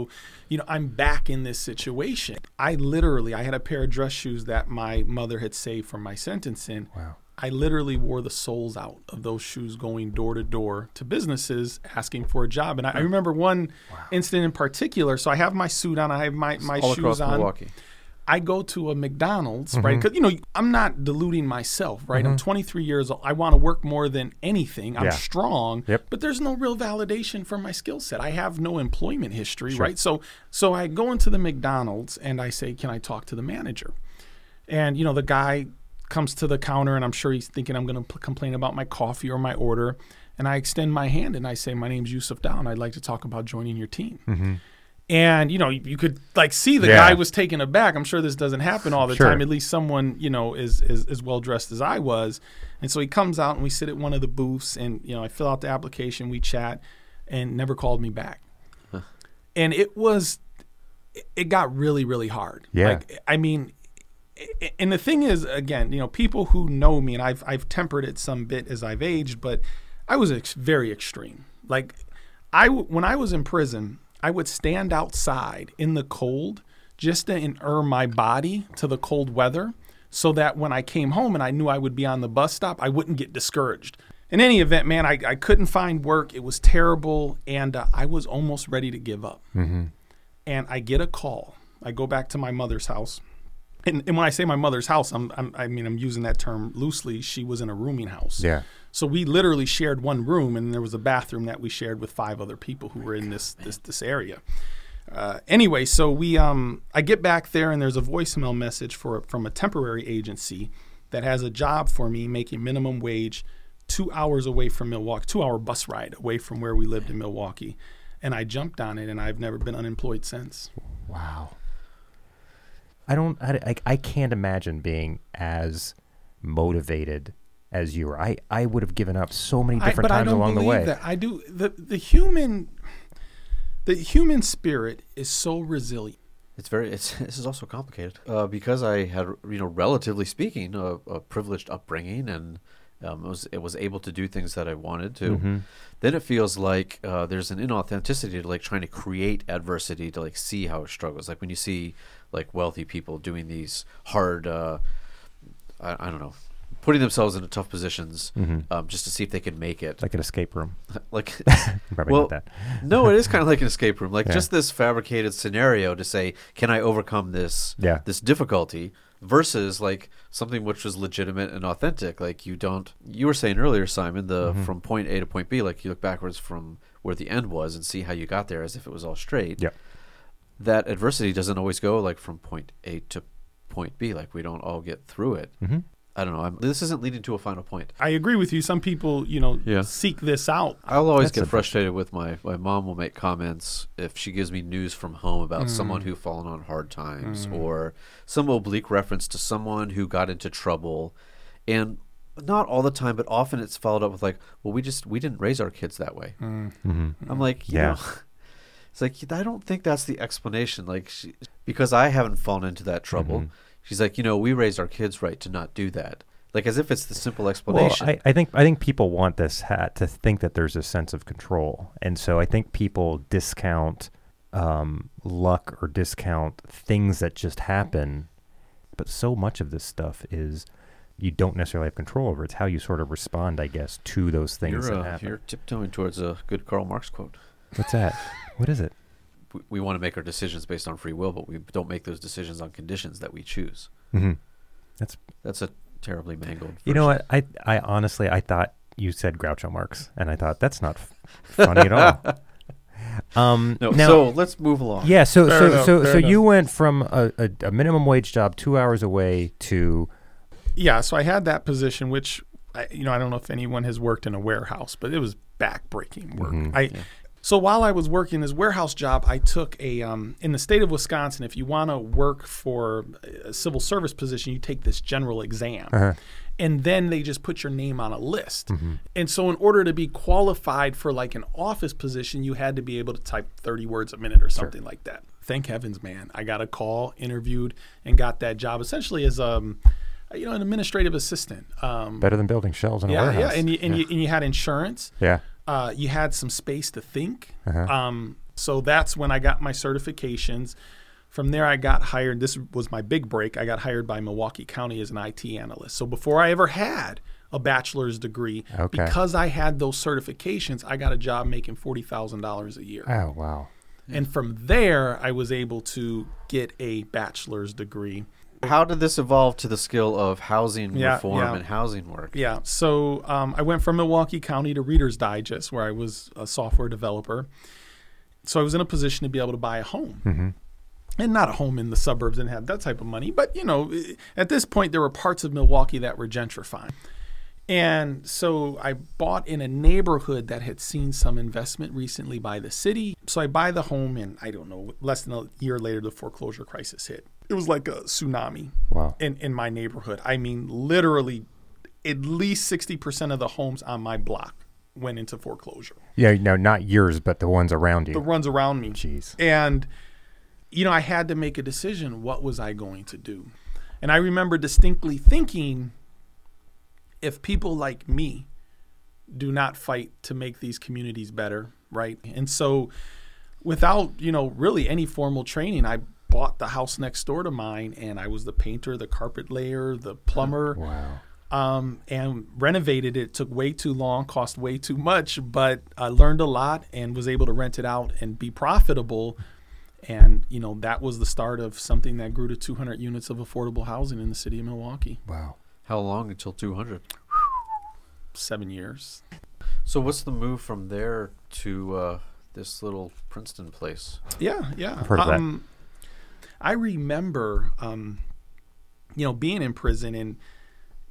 Speaker 5: you know I'm back in this situation. I literally, I had a pair of dress shoes that my mother had saved from my sentencing.
Speaker 2: Wow.
Speaker 5: I literally wore the soles out of those shoes going door to door to businesses asking for a job. And I, I remember one incident in particular. So I have my suit on, I have my, my
Speaker 3: all across
Speaker 5: shoes on.
Speaker 3: Milwaukee. Mm-hmm.
Speaker 5: I go to a McDonald's, right? Because, you know, I'm not deluding myself, right? I'm 23 years old. I want to work more than anything. I'm
Speaker 2: Yeah.
Speaker 5: strong,
Speaker 2: Yep.
Speaker 5: but there's no real validation for my skill set. I have no employment history, right? So, so I go into the McDonald's and I say, can I talk to the manager? And, you know, the guy comes to the counter and I'm sure he's thinking I'm going to p- complain about my coffee or my order. And I extend my hand and I say, my name's Yusuf Dow and I'd like to talk about joining your team. And you know, you, you could like see the
Speaker 2: Mm-hmm. Yeah.
Speaker 5: guy was taken aback. I'm sure this doesn't happen all the
Speaker 2: Sure.
Speaker 5: time. At least someone you know is is as well dressed as I was. And so he comes out and we sit at one of the booths, and you know, I fill out the application, we chat, and never called me back. And it was, it- it got really really hard.
Speaker 2: Yeah.
Speaker 5: Like I mean, a- and the thing is again you know people who know me and i've i've tempered it some bit as i've aged but i was ex- very extreme like i w- when i was in prison i would stand outside in the cold just to inure my body to the cold weather so that when i came home and i knew i would be on the bus stop i wouldn't get discouraged in any event man i, I couldn't find work it was terrible and uh, i was almost ready to give up and I get a call. I go back to my mother's house. And, and when I say my mother's house, I'm, I'm, I mean, I'm using that term loosely. She was in a rooming house.
Speaker 2: Yeah.
Speaker 5: So we literally shared one room, and there was a bathroom that we shared with five other people
Speaker 2: Oh
Speaker 5: who were in this, this, this area. Uh, anyway, so we, um, I get back there, and there's a voicemail message for, from a temporary agency that has a job for me making minimum wage two hours away from Milwaukee, two hour bus ride away from where we lived in Milwaukee. And I jumped on it, and I've never been unemployed since.
Speaker 2: Wow. I don't. I, I, I can't imagine being as motivated as you were. I, I would have given up so many different
Speaker 5: but
Speaker 2: times
Speaker 5: I don't
Speaker 2: along the
Speaker 5: believe
Speaker 2: way.
Speaker 5: That. I do the the human the human spirit is so resilient.
Speaker 3: It's very. It's (laughs) this is also complicated uh, because I had, you know, relatively speaking, a, a privileged upbringing, and um, was it was able to do things that I wanted to.
Speaker 2: Mhm.
Speaker 3: Then it feels like uh, there's an inauthenticity to like trying to create adversity to like see how it struggles. Like when you see like wealthy people doing these hard, uh, I, I don't know, putting themselves into tough positions
Speaker 2: Mhm.
Speaker 3: um, just to see if they can make it.
Speaker 2: Like an escape room.
Speaker 3: (laughs) like
Speaker 2: Probably
Speaker 3: Well,
Speaker 2: not that.
Speaker 3: no, it is kind of like an escape room,
Speaker 2: (laughs)
Speaker 3: like
Speaker 2: Yeah.
Speaker 3: just this fabricated scenario to say, can I overcome this
Speaker 2: Yeah.
Speaker 3: this difficulty? Versus like something which was legitimate and authentic. Like you don't. You were saying earlier, Simon, the from point A to point B. Like you look backwards from where the end was and see how you got there, as if it was all straight.
Speaker 2: Yep.
Speaker 3: That adversity doesn't always go like from point A to point B. Like we don't all get through it.
Speaker 2: Mhm.
Speaker 3: I don't know. I'm, this isn't leading to a final point.
Speaker 5: I agree with you. Some people, you know,
Speaker 3: Yeah.
Speaker 5: seek this out.
Speaker 3: I'll always
Speaker 2: That's
Speaker 3: get
Speaker 2: interesting.
Speaker 3: frustrated with my my mom will make comments if she gives me news from home about someone who fallen on hard times or some oblique reference to someone who got into trouble and not all the time but often it's followed up with like well we just we didn't raise our kids that way
Speaker 2: mm-hmm.
Speaker 3: i'm like you
Speaker 2: Yeah.
Speaker 3: know, (laughs) it's like i don't think that's the explanation like she, because i haven't fallen into that trouble
Speaker 2: Mm-hmm.
Speaker 3: she's like you know we raised our kids right to not do that like as if it's the simple
Speaker 2: Well,
Speaker 3: explanation
Speaker 2: I, I think I think people want this hat to think that there's a sense of control, and so I think people discount um, luck or discount things that just happen. But so much of this stuff is you don't necessarily have control over. It's how you sort of respond, I guess, to those things
Speaker 3: you're,
Speaker 2: that
Speaker 3: uh,
Speaker 2: happen.
Speaker 3: you're tiptoeing towards a good karl marx quote
Speaker 2: What's
Speaker 3: (laughs)
Speaker 2: that? what is it?
Speaker 3: we, we want to make our decisions based on free will, but we don't make those decisions on conditions that we choose.
Speaker 2: Mm-hmm.
Speaker 3: That's a terribly mangled.
Speaker 2: You know
Speaker 3: version.
Speaker 2: what? I I honestly I thought you said Groucho Marx, and I thought that's not f- funny at
Speaker 3: (laughs)
Speaker 2: all. Um,
Speaker 3: No,
Speaker 2: now-
Speaker 3: so let's move along.
Speaker 2: Yeah, so
Speaker 5: Fair
Speaker 2: so
Speaker 5: enough,
Speaker 2: so,
Speaker 5: fair
Speaker 2: so
Speaker 5: enough.
Speaker 2: you went from a, a, a minimum wage job two hours away to
Speaker 5: Yeah, so I had that position, which I, you know I don't know if anyone has worked in a warehouse, but it was backbreaking work. I so while I was working this warehouse job, I took a um, in the state of Wisconsin. If you want to work for a civil service position, you take this general exam. And then they just put your name on a list.
Speaker 2: Mm-hmm.
Speaker 5: And so, in order to be qualified for like an office position, you had to be able to type 30 words a minute or something like that. Thank heavens, man. I got a call, interviewed, and got that job essentially as um, you know, an administrative assistant. Um,
Speaker 2: better than building shelves in a
Speaker 5: yeah, yeah,
Speaker 2: warehouse.
Speaker 5: and you, and, You, and you had insurance.
Speaker 2: Yeah.
Speaker 5: Uh, you had some space to think. Um, so that's when I got my certifications. From there, I got hired. This was my big break. I got hired by Milwaukee County as an IT analyst. So before I ever had a bachelor's degree,
Speaker 2: Okay.
Speaker 5: because I had those certifications, I got a job making forty thousand dollars a year.
Speaker 2: Oh wow.
Speaker 5: And from there, I was able to get a bachelor's degree.
Speaker 3: How did this evolve to the skill of housing
Speaker 5: Yeah,
Speaker 3: reform
Speaker 5: yeah.
Speaker 3: and housing work?
Speaker 5: Yeah. So um, I went from Milwaukee County to Reader's Digest, where I was a software developer. So I was in a position to be able to buy a home. And not a home in the suburbs and have that type of money. But, you know, i- at this point, there were parts of Milwaukee that were gentrifying. And so I bought in a neighborhood that had seen some investment recently by the city. So I buy the home, and I don't know, less than a year later, the foreclosure crisis hit. It was like a tsunami
Speaker 2: Wow.
Speaker 5: in, in my neighborhood. I mean, literally, at least 60% of the homes on my block went into foreclosure.
Speaker 2: Yeah, no, not yours, but the ones around you.
Speaker 5: The runs around me.
Speaker 2: Jeez.
Speaker 5: And, you know, I had to make a decision. What was I going to do? And I remember distinctly thinking if people like me do not fight to make these communities better, right? And so, without, you know, really any formal training, I bought the house next door to mine and I was the painter, the carpet layer, the plumber
Speaker 2: Wow.
Speaker 5: um, and renovated it. Took way too long, cost way too much, but I learned a lot and was able to rent it out and be profitable. And you know that was the start of something that grew to 200 units of affordable housing in the city of Milwaukee.
Speaker 2: Wow.
Speaker 3: How long until 200?
Speaker 5: Seven years.
Speaker 3: So what's the move from there to uh, this little Princeton place?
Speaker 5: Yeah, yeah. Um,
Speaker 2: I've heard of that.
Speaker 5: I remember, um, you know, being in prison and,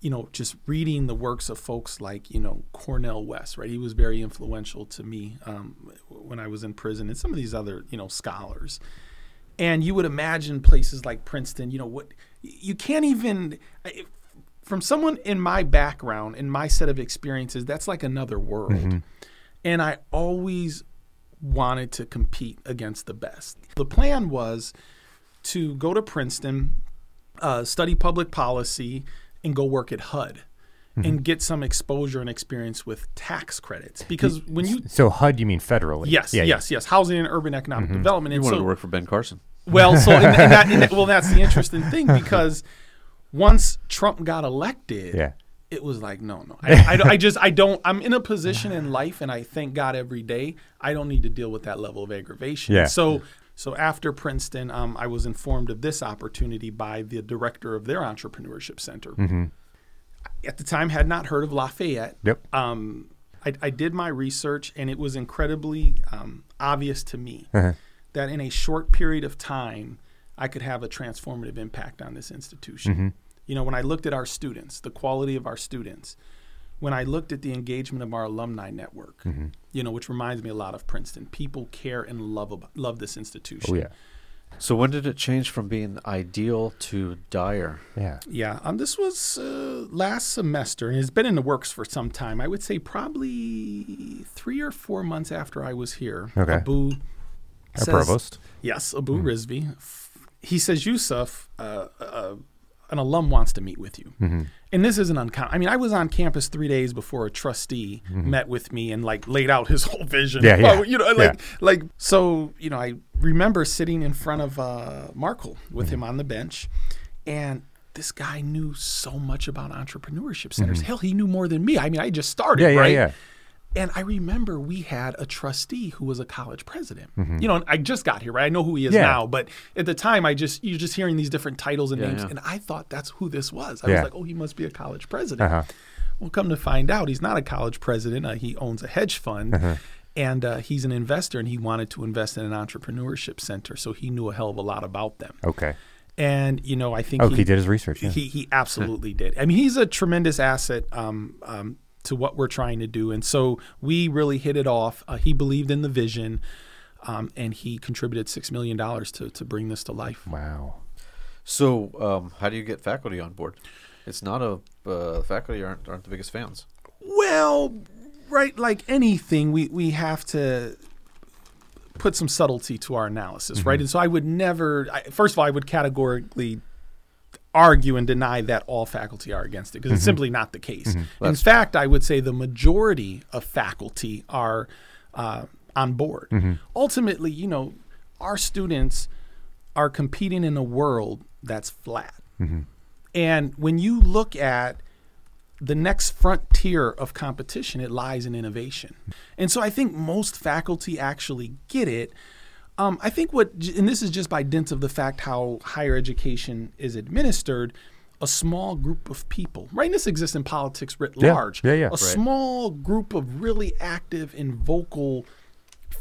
Speaker 5: you know, just reading the works of folks like, you know, Cornell West, right? He was very influential to me um, when I was in prison and some of these other, you know, scholars. And you would imagine places like Princeton, you know, what you can't even, I- from someone in my background, in my set of experiences, that's like another world.
Speaker 2: Mm-hmm.
Speaker 5: And I always wanted to compete against the best. The plan was to go to Princeton, uh, study public policy, and go work at HUD.
Speaker 2: Mm-hmm.
Speaker 5: And get some exposure and experience with tax credits because when you
Speaker 2: So HUD, you mean federally?
Speaker 5: Yes,
Speaker 2: Yeah, Mm-hmm. yeah.
Speaker 5: yes, yes. Housing and urban economic development.
Speaker 3: You
Speaker 5: And
Speaker 3: wanted
Speaker 5: so-
Speaker 3: to work for Ben Carson.
Speaker 5: Well, so and, and
Speaker 3: (laughs)
Speaker 5: that, and that- well, that's the interesting
Speaker 2: (laughs)
Speaker 5: thing because once Trump got elected,
Speaker 2: Yeah.
Speaker 5: it was like, no, no, I, I, don't-
Speaker 2: (laughs)
Speaker 5: I just, I don't. I'm in a
Speaker 2: (sighs)
Speaker 5: position in life, and I thank God every day. I don't need to deal with that level of aggravation.
Speaker 2: Yeah.
Speaker 5: So. So after Princeton, um, I was informed of this opportunity by the director of their entrepreneurship center.
Speaker 2: Mm-hmm.
Speaker 5: At the time, had not heard of Lafayette
Speaker 2: Yep.
Speaker 5: um, I, I did my research, and it was incredibly um, obvious
Speaker 2: (laughs)
Speaker 5: to me
Speaker 2: Uh-huh.
Speaker 5: that in a short period of time, I could have a transformative impact on this institution.
Speaker 2: Mm-hmm.
Speaker 5: You know, when I looked at our students, the quality of our students, when I looked at the engagement of our alumni network,
Speaker 2: Mm-hmm.
Speaker 5: you know, which reminds me a lot of Princeton, people care and love ab- love this institution.
Speaker 2: oh yeah.
Speaker 3: So when did it change from being ideal to dire?
Speaker 2: Yeah.
Speaker 5: Yeah, um, this was uh, last semester, and it's been in the works for some time. I would say probably three or four months after I was here.
Speaker 2: Okay.
Speaker 5: Abu
Speaker 2: A
Speaker 5: says-
Speaker 2: provost.
Speaker 5: Yes, Abu
Speaker 2: Hmm.
Speaker 5: Rizvi. F- He says, Yusuf, uh, uh, an alum wants to meet with you.
Speaker 2: Mm-hmm.
Speaker 5: And this isn't uncommon. I mean, I was on campus three days before a trustee met with me and like laid out his (laughs) whole vision.
Speaker 2: Mm-hmm. Yeah, yeah,
Speaker 5: Oh, you know,
Speaker 2: yeah.
Speaker 5: like, like, so, you know, I remember sitting in front of uh, Markle with
Speaker 2: Mm-hmm.
Speaker 5: him on the bench and this guy knew so much about entrepreneurship centers. Hell, he knew more than me. I mean, I just started,
Speaker 2: Mm-hmm. Yeah, yeah,
Speaker 5: right?
Speaker 2: yeah.
Speaker 5: And I remember we had a trustee who was a college president. You know, and I just got here, right? I know who he is
Speaker 2: Mm-hmm. Yeah.
Speaker 5: now, but at the time, I just you're just hearing these different titles and
Speaker 3: Yeah,
Speaker 5: names,
Speaker 3: yeah.
Speaker 5: and I thought that's who this was. I
Speaker 2: Yeah.
Speaker 5: was like, oh, he must be a college president.
Speaker 2: Uh-huh.
Speaker 5: Well, come to find out, he's not a college president. Uh, he owns a hedge fund.
Speaker 2: Uh-huh.
Speaker 5: And uh, he's an investor, and he wanted to invest in an entrepreneurship center, so he knew a hell of a lot about them.
Speaker 2: Okay.
Speaker 5: And you know, I think
Speaker 2: Oh, he did his research, yeah.
Speaker 5: He he absolutely did. I mean, he's a tremendous asset um, um, to what we're trying to do, and so we really hit it off. Uh, he believed in the vision, um, and he contributed six million dollars to to bring this to life.
Speaker 2: Wow.
Speaker 3: So um, how do you get faculty on board? It's not a uh, faculty aren't aren't the biggest fans.
Speaker 5: Well, right, like anything, we we have to put some subtlety to our analysis, right? And so I would never. I, first of all, I would categorically argue and deny that all faculty are against it because it's simply not the case. In fact, I would say the majority of faculty are uh, on board. Ultimately, you know, our students are competing in a world that's flat. And when you look at the next frontier of competition, it lies in innovation. And so I think most faculty actually get it. Um, I think what, and this is just by dint of the fact how higher education is administered, a small group of people, right? And this exists in politics writ
Speaker 2: Yeah,
Speaker 5: large.
Speaker 2: yeah, yeah.
Speaker 5: A
Speaker 2: Right.
Speaker 5: small group of really active and vocal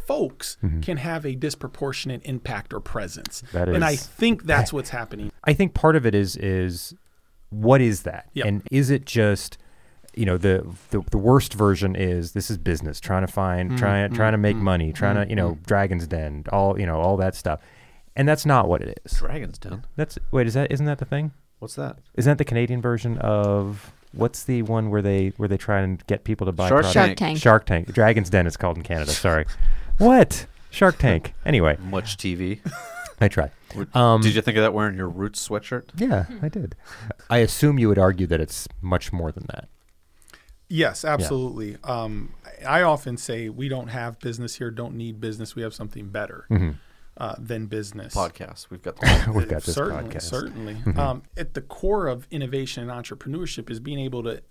Speaker 5: folks can have a disproportionate impact or presence.
Speaker 2: Mm-hmm. That
Speaker 5: and I
Speaker 2: is-
Speaker 5: think that's what's happening.
Speaker 2: I think part of it is is what is that,
Speaker 5: Yep.
Speaker 2: and is it just you know the, the the worst version is this is business trying to find trying trying to make money trying to you know Dragon's Den all you know all that stuff, and that's not what it is.
Speaker 3: Dragons Den.
Speaker 2: That's wait is that isn't that the thing?
Speaker 3: What's that?
Speaker 2: Isn't that the Canadian version of what's the one where they where they try and get people to buy
Speaker 3: Shark
Speaker 2: products?
Speaker 1: Shark Tank.
Speaker 2: Shark Tank Dragon's Den it's called in Canada. Sorry, what Shark Tank? Anyway, (laughs)
Speaker 3: Much TV.
Speaker 2: I try. Um,
Speaker 3: Did you think of that wearing your Roots sweatshirt?
Speaker 2: Yeah,
Speaker 5: Hmm.
Speaker 2: I did. I assume you would argue that it's much more than that.
Speaker 5: Yes, absolutely. Um, I I often say we don't have business here, don't need business. We have something better
Speaker 2: Hmm.
Speaker 5: uh, than business.
Speaker 3: Podcast. We've got
Speaker 2: (laughs)
Speaker 3: the
Speaker 2: Mm-hmm. We've got this
Speaker 5: Uh, certainly,
Speaker 2: podcast. Mm-hmm.
Speaker 5: certainly. Um, at the core of innovation and entrepreneurship is being able to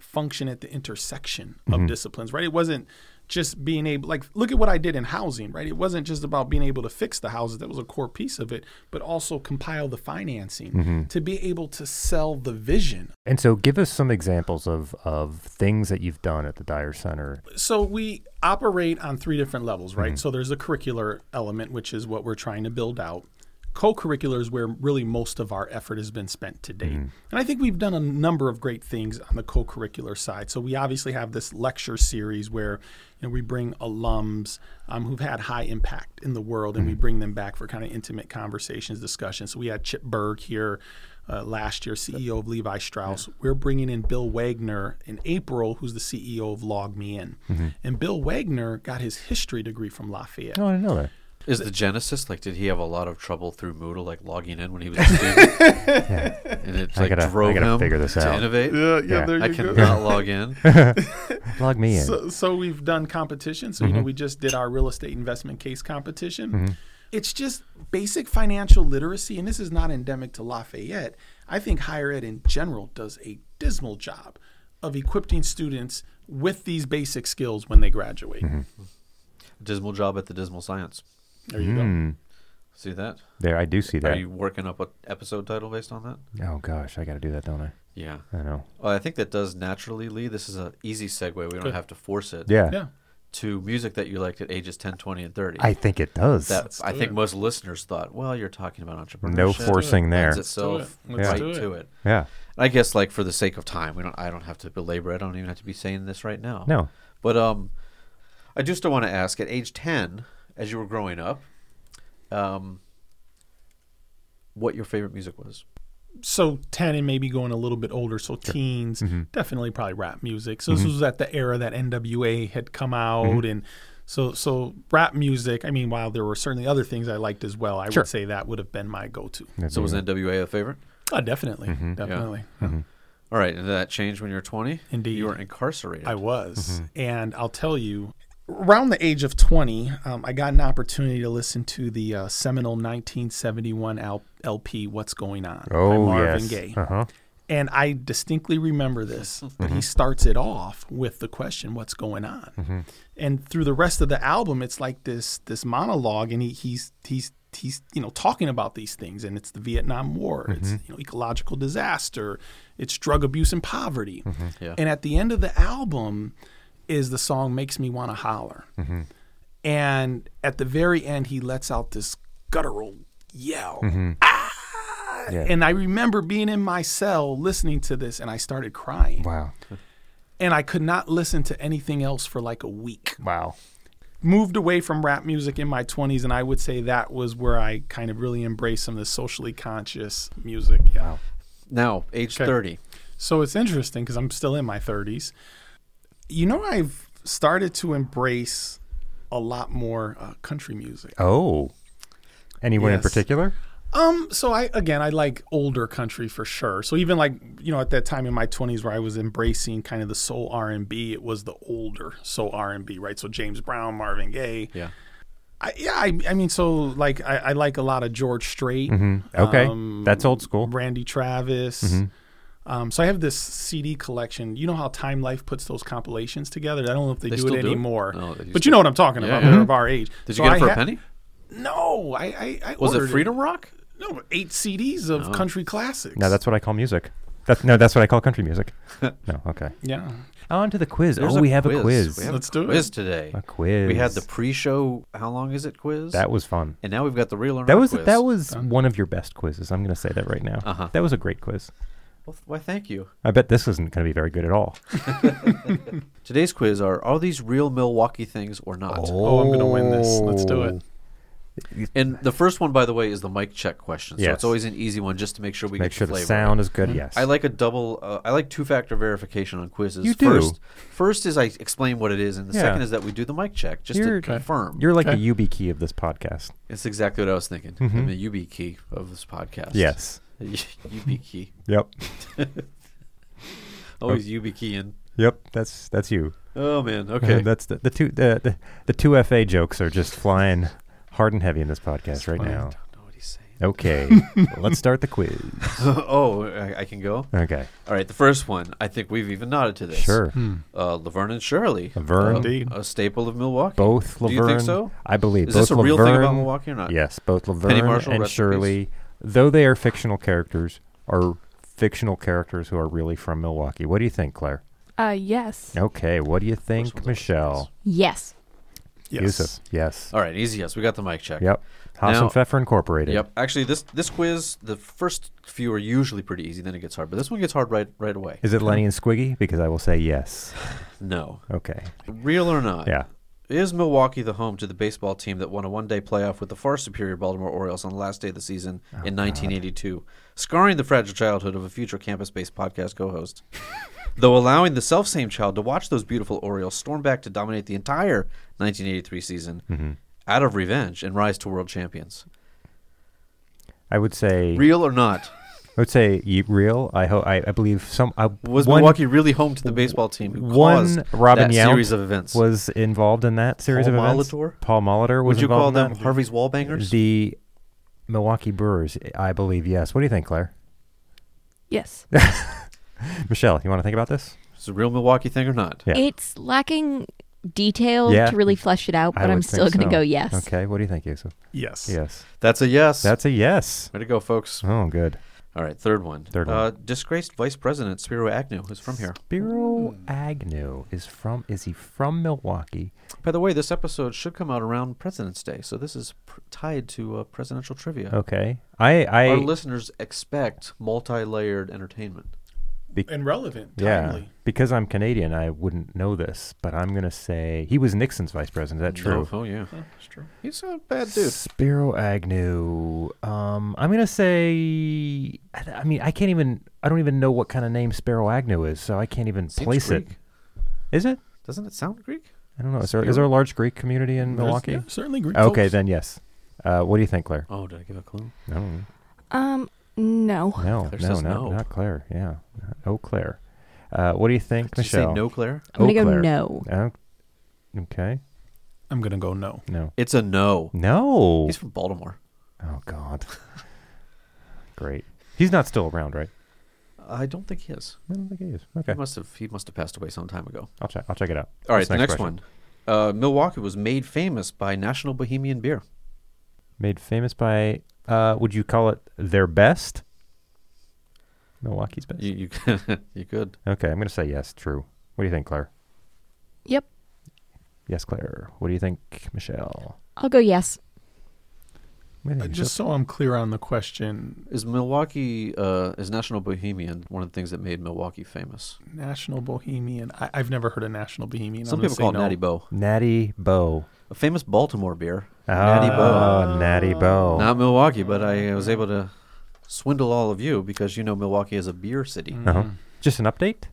Speaker 5: function at the intersection of
Speaker 2: Mm-hmm.
Speaker 5: disciplines, right? It wasn't just being able, like, look at what I did in housing, right? It wasn't just about being able to fix the houses, that was a core piece of it, but also compile the financing
Speaker 2: Mm-hmm.
Speaker 5: to be able to sell the vision
Speaker 2: And so, give us some examples of of things that you've done at the Dyer Center.
Speaker 5: so we operate on three different levels, right? So there's a curricular element, which is what we're trying to build out. Co-curricular is where really most of our effort has been spent to date. And I think we've done a number of great things on the co-curricular side. So we obviously have this lecture series where you know, we bring alums um, who've had high impact in the world and we bring them back for kind of intimate conversations, discussions. So we had Chip Berg here uh, last year, CEO of Levi Strauss. We're bringing in Bill Wagner in April, who's the E CEO of Log Me In. And Bill Wagner got his history degree from Lafayette.
Speaker 2: Oh,
Speaker 5: (laughs)
Speaker 2: No, I didn't know that.
Speaker 3: Is the Genesis like? Did he have a lot of trouble through Moodle, like logging in
Speaker 2: (laughs)
Speaker 3: when he was a student,
Speaker 2: Yeah.
Speaker 3: and it
Speaker 2: I
Speaker 3: like
Speaker 2: gotta- I
Speaker 3: drove
Speaker 2: gotta
Speaker 3: him
Speaker 2: figure this
Speaker 3: to
Speaker 2: out.
Speaker 3: innovate?
Speaker 5: Yeah, yeah,
Speaker 2: Yeah.
Speaker 5: there
Speaker 3: I
Speaker 5: you go.
Speaker 3: cannot log
Speaker 2: (laughs)
Speaker 3: in.
Speaker 2: Log me in.
Speaker 5: So, so we've done competition. So you know we just did our real estate investment case competition. It's just basic financial literacy, and this is not endemic to Lafayette. I think higher ed in general does a dismal job of equipping students with these basic skills when they graduate.
Speaker 3: Dismal job at the Dismal Science.
Speaker 5: There you
Speaker 2: Hmm.
Speaker 3: See that?
Speaker 2: There, I do see
Speaker 3: Are
Speaker 2: that.
Speaker 3: you working up an episode title based on that?
Speaker 2: Oh gosh, I got to do that, don't I?
Speaker 3: Yeah.
Speaker 2: I know.
Speaker 3: Well, I think that does naturally, Lee. This is an easy segue. We don't
Speaker 5: Good.
Speaker 3: have to force it.
Speaker 2: Yeah.
Speaker 5: go. Yeah.
Speaker 3: To music that you liked at ages 10, 20, and 30.
Speaker 2: I think it does.
Speaker 3: that I
Speaker 5: do
Speaker 3: think
Speaker 5: it.
Speaker 3: most listeners thought, well, you're talking about entrepreneurship.
Speaker 2: no
Speaker 3: It
Speaker 2: forcing there.
Speaker 3: lends itself
Speaker 5: do it. Let's
Speaker 3: right
Speaker 5: do it.
Speaker 3: to it.
Speaker 2: Yeah.
Speaker 3: I guess like for the sake of time, we don't. I don't have to belabor. it. I don't even have to be saying this right now.
Speaker 2: No.
Speaker 3: But um, I do still want to ask. At age ten, as you were growing up, um, what your favorite music was?
Speaker 5: so 10 and maybe going a little bit older so teens
Speaker 2: Mm-hmm.
Speaker 5: definitely probably rap music so this was at the era that nwa had come out
Speaker 2: Mm-hmm.
Speaker 5: and so so rap music i mean while there were certainly other things i liked as well i
Speaker 2: Sure.
Speaker 5: would say that would have been my go-to
Speaker 2: That'd be
Speaker 3: So was
Speaker 2: it.
Speaker 3: NWA a favorite?
Speaker 5: oh definitely
Speaker 2: Mm-hmm.
Speaker 5: definitely
Speaker 3: All right, and did that change when you were twenty?
Speaker 5: Indeed.
Speaker 3: you were incarcerated.
Speaker 5: I
Speaker 2: Mm-hmm.
Speaker 5: was. And I'll tell you, around the age of 20, um, I got an opportunity to listen to the uh, seminal 1971 al- LP, What's Going On by
Speaker 2: Oh,
Speaker 5: Marvin
Speaker 2: yes.
Speaker 5: Gaye.
Speaker 2: Uh-huh.
Speaker 5: And I distinctly remember this, but he starts it off with the question, What's going on? And through the rest of the album, it's like this this monologue, and he, he's, he's, He's you know talking about these things, and it's the Vietnam War, it's you know ecological disaster, it's drug abuse and poverty,
Speaker 3: Yeah.
Speaker 5: and at the end of the album is the song Makes Me Wanna Holler. And at the very end, he lets out this guttural yell. Ah!
Speaker 2: Yeah.
Speaker 5: And I remember being in my cell listening to this and I started crying.
Speaker 2: Wow.
Speaker 5: And I could not listen to anything else for like a week.
Speaker 2: Wow.
Speaker 5: Moved away from rap music in my 20s, and I would say that was where I kind of really embraced some of the socially conscious music. Yeah.
Speaker 3: Now, age
Speaker 5: Okay.
Speaker 3: thirty.
Speaker 5: So it's interesting because I'm still in my 30s. You know, I've started to embrace a lot more uh, country music.
Speaker 2: Oh. Anyone in
Speaker 5: Yes.
Speaker 2: particular?
Speaker 5: Um, so I again, I like older country for sure. So even like you know, at that time in my 20s where I was embracing kind of the soul R and B, it was the older soul R and B, right? So James Brown, Marvin Gaye.
Speaker 3: Yeah.
Speaker 5: I, yeah, I, I mean, so like I, I like a lot of George Strait.
Speaker 3: Mm-hmm.
Speaker 2: Okay.
Speaker 5: um,
Speaker 2: That's old school.
Speaker 5: Randy Travis.
Speaker 3: Mm-hmm.
Speaker 5: Um, so I have this CD collection. You know how Time Life puts those compilations together. I don't know if they,
Speaker 3: They
Speaker 5: do
Speaker 3: still
Speaker 5: it
Speaker 3: do it?
Speaker 5: anymore,
Speaker 3: No, they used
Speaker 5: but
Speaker 3: to.
Speaker 5: you know what I'm talking
Speaker 3: Yeah,
Speaker 5: about.
Speaker 3: yeah.
Speaker 5: They're of our age.
Speaker 3: Did you
Speaker 5: So
Speaker 3: get
Speaker 5: I
Speaker 3: it for
Speaker 5: ha-
Speaker 3: a penny?
Speaker 5: No, I I, I
Speaker 3: Was it
Speaker 5: ordered
Speaker 3: Freedom Rock?
Speaker 5: No, eight CDs
Speaker 3: Oh.
Speaker 5: of country classics.
Speaker 2: No, that's what I call music. That's no, that's what I call country
Speaker 5: (laughs)
Speaker 2: music. no, okay.
Speaker 5: yeah.
Speaker 2: On to the quiz.
Speaker 3: There's
Speaker 2: oh,
Speaker 3: a
Speaker 2: we have a quiz.
Speaker 3: We have
Speaker 5: Let's
Speaker 3: a
Speaker 5: do it.
Speaker 3: quiz today.
Speaker 2: a quiz.
Speaker 3: We had the pre-show. How long is it? Quiz.
Speaker 2: That was fun.
Speaker 3: and now we've got the real or
Speaker 2: That
Speaker 3: not
Speaker 2: was
Speaker 3: quiz.
Speaker 2: that was
Speaker 5: Uh-huh.
Speaker 2: one of your best quizzes. I'm going to say that right now.
Speaker 3: Uh-huh.
Speaker 2: That was a great quiz.
Speaker 3: Well, th- why, thank you.
Speaker 2: I bet this isn't going to be very good at all.
Speaker 3: Today's quiz are are these real Milwaukee things or not?
Speaker 5: Oh, I'm gonna win this. Let's do it.
Speaker 3: And the first one, by the way, is the mic check question. So
Speaker 2: Yes.
Speaker 3: it's always an easy one just to make sure we
Speaker 2: Make
Speaker 3: get
Speaker 2: sure
Speaker 3: the
Speaker 2: the
Speaker 3: flavor.
Speaker 2: sound is good. Yes.
Speaker 3: I like a double. Uh, I like two-factor verification on quizzes.
Speaker 2: You do.
Speaker 3: First, first is I explain what it is, and the
Speaker 2: Yeah.
Speaker 3: second is that we do the mic check just
Speaker 2: You're-
Speaker 3: to confirm.
Speaker 2: You're like
Speaker 5: Okay.
Speaker 2: the UB key of this podcast.
Speaker 3: it's exactly what I was thinking. I'm the UB key of this podcast.
Speaker 2: Mm-hmm.
Speaker 3: (laughs)
Speaker 2: Yes.
Speaker 3: UB key.
Speaker 2: Yep.
Speaker 3: (laughs) Always UB keying.
Speaker 2: Yep. That's that's you.
Speaker 3: Oh man.
Speaker 2: Uh, (laughs)
Speaker 3: Okay.
Speaker 2: that's the, the two the, the the two FA jokes are just flying hard and heavy in this podcast right now.
Speaker 3: Know what he's saying.
Speaker 5: (laughs)
Speaker 2: Okay, let's start the quiz.
Speaker 3: (laughs) oh, I, I can go.
Speaker 2: Okay,
Speaker 3: All right, the first one. I think we've even nodded to this.
Speaker 2: sure.
Speaker 5: Hmm.
Speaker 3: Uh, Laverne and Shirley.
Speaker 2: Laverne.
Speaker 3: uh,
Speaker 5: Indeed.
Speaker 3: A staple of Milwaukee.
Speaker 2: Both
Speaker 3: Do
Speaker 2: Laverne.
Speaker 3: you think so?
Speaker 2: I believe.
Speaker 3: Is
Speaker 2: both
Speaker 3: this a real thing about
Speaker 2: Laverne-
Speaker 3: Milwaukee or not?
Speaker 2: Yes, both Laverne
Speaker 3: Marshall,
Speaker 2: and
Speaker 3: rest in
Speaker 2: Shirley, though they are fictional characters, are fictional characters who are really from Milwaukee. What do you think, Claire?
Speaker 4: Uh, yes.
Speaker 2: Okay, what do you
Speaker 3: one's up
Speaker 2: think,
Speaker 3: for
Speaker 2: Michelle?
Speaker 1: Yes.
Speaker 5: Yes.
Speaker 2: Yusuf. Yes.
Speaker 3: All right, easy. Yes, we got the mic check.
Speaker 2: Yep. Haas
Speaker 3: Now-
Speaker 2: and Pfeffer Incorporated.
Speaker 3: Yep. Actually, this this quiz, the first few are usually pretty easy. Then it gets hard, but this one gets hard right right away.
Speaker 2: Is it Lenny and Squiggy? Because I will say yes.
Speaker 3: No,
Speaker 2: Okay.
Speaker 3: real or not?
Speaker 2: Yeah.
Speaker 3: Is Milwaukee the home to the baseball team that won a one-day playoff with the far superior Baltimore Orioles on the last day of the season
Speaker 2: Oh,
Speaker 3: in 1982, scarring the fragile childhood of a future campus-based podcast co-host? (laughs) Though allowing the
Speaker 2: Mm-hmm.
Speaker 3: selfsame child to watch those beautiful Orioles storm back to dominate the entire 1983 season, out of revenge and rise to world champions.
Speaker 2: I would say
Speaker 3: Real or not,
Speaker 2: I would say ye- real. I hope I, I believe some I,
Speaker 3: was
Speaker 2: one
Speaker 3: Milwaukee really home to the baseball team who
Speaker 2: one
Speaker 3: caused
Speaker 2: Robin
Speaker 3: that
Speaker 2: Yount
Speaker 3: series of events?
Speaker 2: was involved in that series
Speaker 3: Paul
Speaker 2: of events.
Speaker 3: Molitor?
Speaker 2: Paul Molitor was
Speaker 3: Would you call
Speaker 2: involved in
Speaker 3: them
Speaker 2: that.
Speaker 3: Harvey's Wallbangers?
Speaker 2: The Milwaukee Brewers, I believe. Yes. What do you think, Claire? (laughs)
Speaker 4: Yes.
Speaker 2: Michelle, you want to think about this?
Speaker 3: Is it a real Milwaukee thing or not?
Speaker 2: Yeah.
Speaker 1: It's lacking detail
Speaker 2: Yeah.
Speaker 1: to really flesh it out,
Speaker 2: I
Speaker 1: but I'm
Speaker 2: would
Speaker 1: still
Speaker 2: think
Speaker 1: going to
Speaker 2: so.
Speaker 1: go yes.
Speaker 2: Okay. What do you think, Yusuf?
Speaker 5: Yes.
Speaker 2: Yes.
Speaker 3: That's a yes.
Speaker 2: That's a yes.
Speaker 3: Way to go, folks.
Speaker 2: Oh, good.
Speaker 3: All right, third one.
Speaker 2: Third
Speaker 3: Uh, disgraced Vice President Spiro Agnew is from here.
Speaker 2: Spiro Agnew is from. Is he from Milwaukee?
Speaker 3: By the way, this episode should come out around President's Day, so this is pr- tied to uh, presidential trivia.
Speaker 2: Okay. I. I.
Speaker 3: Our listeners expect multi-layered entertainment.
Speaker 5: And relevant.
Speaker 2: yeah.
Speaker 5: Timely.
Speaker 2: Because I'm Canadian, I wouldn't know this, but I'm gonna say he was Nixon's vice president. Is that true?
Speaker 3: Oh, oh, yeah.
Speaker 5: Yeah. That's true.
Speaker 3: He's a bad dude.
Speaker 2: Spiro Agnew. Um, I'm gonna say. I th- I mean, I can't even. I don't even know what kind of name Spiro Agnew is, so I can't even
Speaker 3: Seems
Speaker 2: place
Speaker 3: Greek.
Speaker 2: it. Is it?
Speaker 3: Doesn't it sound Greek?
Speaker 2: I don't know. Is there, is there a large Greek community in
Speaker 5: There's-
Speaker 2: Milwaukee?
Speaker 5: yeah, certainly Greek.
Speaker 2: Okay,
Speaker 5: folks.
Speaker 2: then yes. Uh, what do you think, Claire?
Speaker 3: Oh, did I give a clue?
Speaker 2: I don't know.
Speaker 4: Um, no.
Speaker 2: No, no,
Speaker 3: Claire
Speaker 2: not,
Speaker 3: says no.
Speaker 2: not Claire. Yeah. Not- Oh, Claire. Uh, what do you think,
Speaker 3: Did you
Speaker 2: Michelle?
Speaker 3: say no, Claire?
Speaker 1: I'm going to
Speaker 2: Oh,
Speaker 1: go
Speaker 2: Claire.
Speaker 1: no.
Speaker 2: Oh, okay.
Speaker 5: I'm gonna go no.
Speaker 2: No.
Speaker 3: It's a no.
Speaker 2: No.
Speaker 3: He's from Baltimore.
Speaker 2: oh God. (laughs) Great. He's not still around, right?
Speaker 3: I don't think he is.
Speaker 2: I don't think he is. Okay.
Speaker 3: He must have. He must have passed away some time ago.
Speaker 2: I'll check. I'll check it out.
Speaker 3: All right,
Speaker 2: What's
Speaker 3: the next one. Uh, Milwaukee was made famous by National Bohemian Beer.
Speaker 2: Made famous by, uh, would you call it their best? Milwaukee's best.
Speaker 3: You (laughs) you, you could.
Speaker 2: okay, I'm gonna say yes. True. What do you think, Claire?
Speaker 4: Yep.
Speaker 2: Yes, Claire. What do you think, Michelle?
Speaker 1: I'll go yes.
Speaker 2: What do you
Speaker 5: Uh,
Speaker 2: think,
Speaker 5: just so I'm clear on the question,
Speaker 3: Is Milwaukee uh, is National Bohemian one of the things that made Milwaukee famous?
Speaker 5: National Bohemian. I, I've never heard of National Bohemian. I'm
Speaker 3: Some
Speaker 5: gonna
Speaker 3: people
Speaker 5: say
Speaker 3: call it
Speaker 5: no.
Speaker 3: Natty Bo.
Speaker 2: Michelle? Natty Bo.
Speaker 3: A famous Baltimore beer.
Speaker 2: Oh,
Speaker 3: Natty Bo.
Speaker 2: Ah, Natty Bo.
Speaker 3: Not Milwaukee, but I was able to swindle all of you because you know Milwaukee is a beer city.
Speaker 2: Uh-huh.
Speaker 5: Mm.
Speaker 2: Just an update.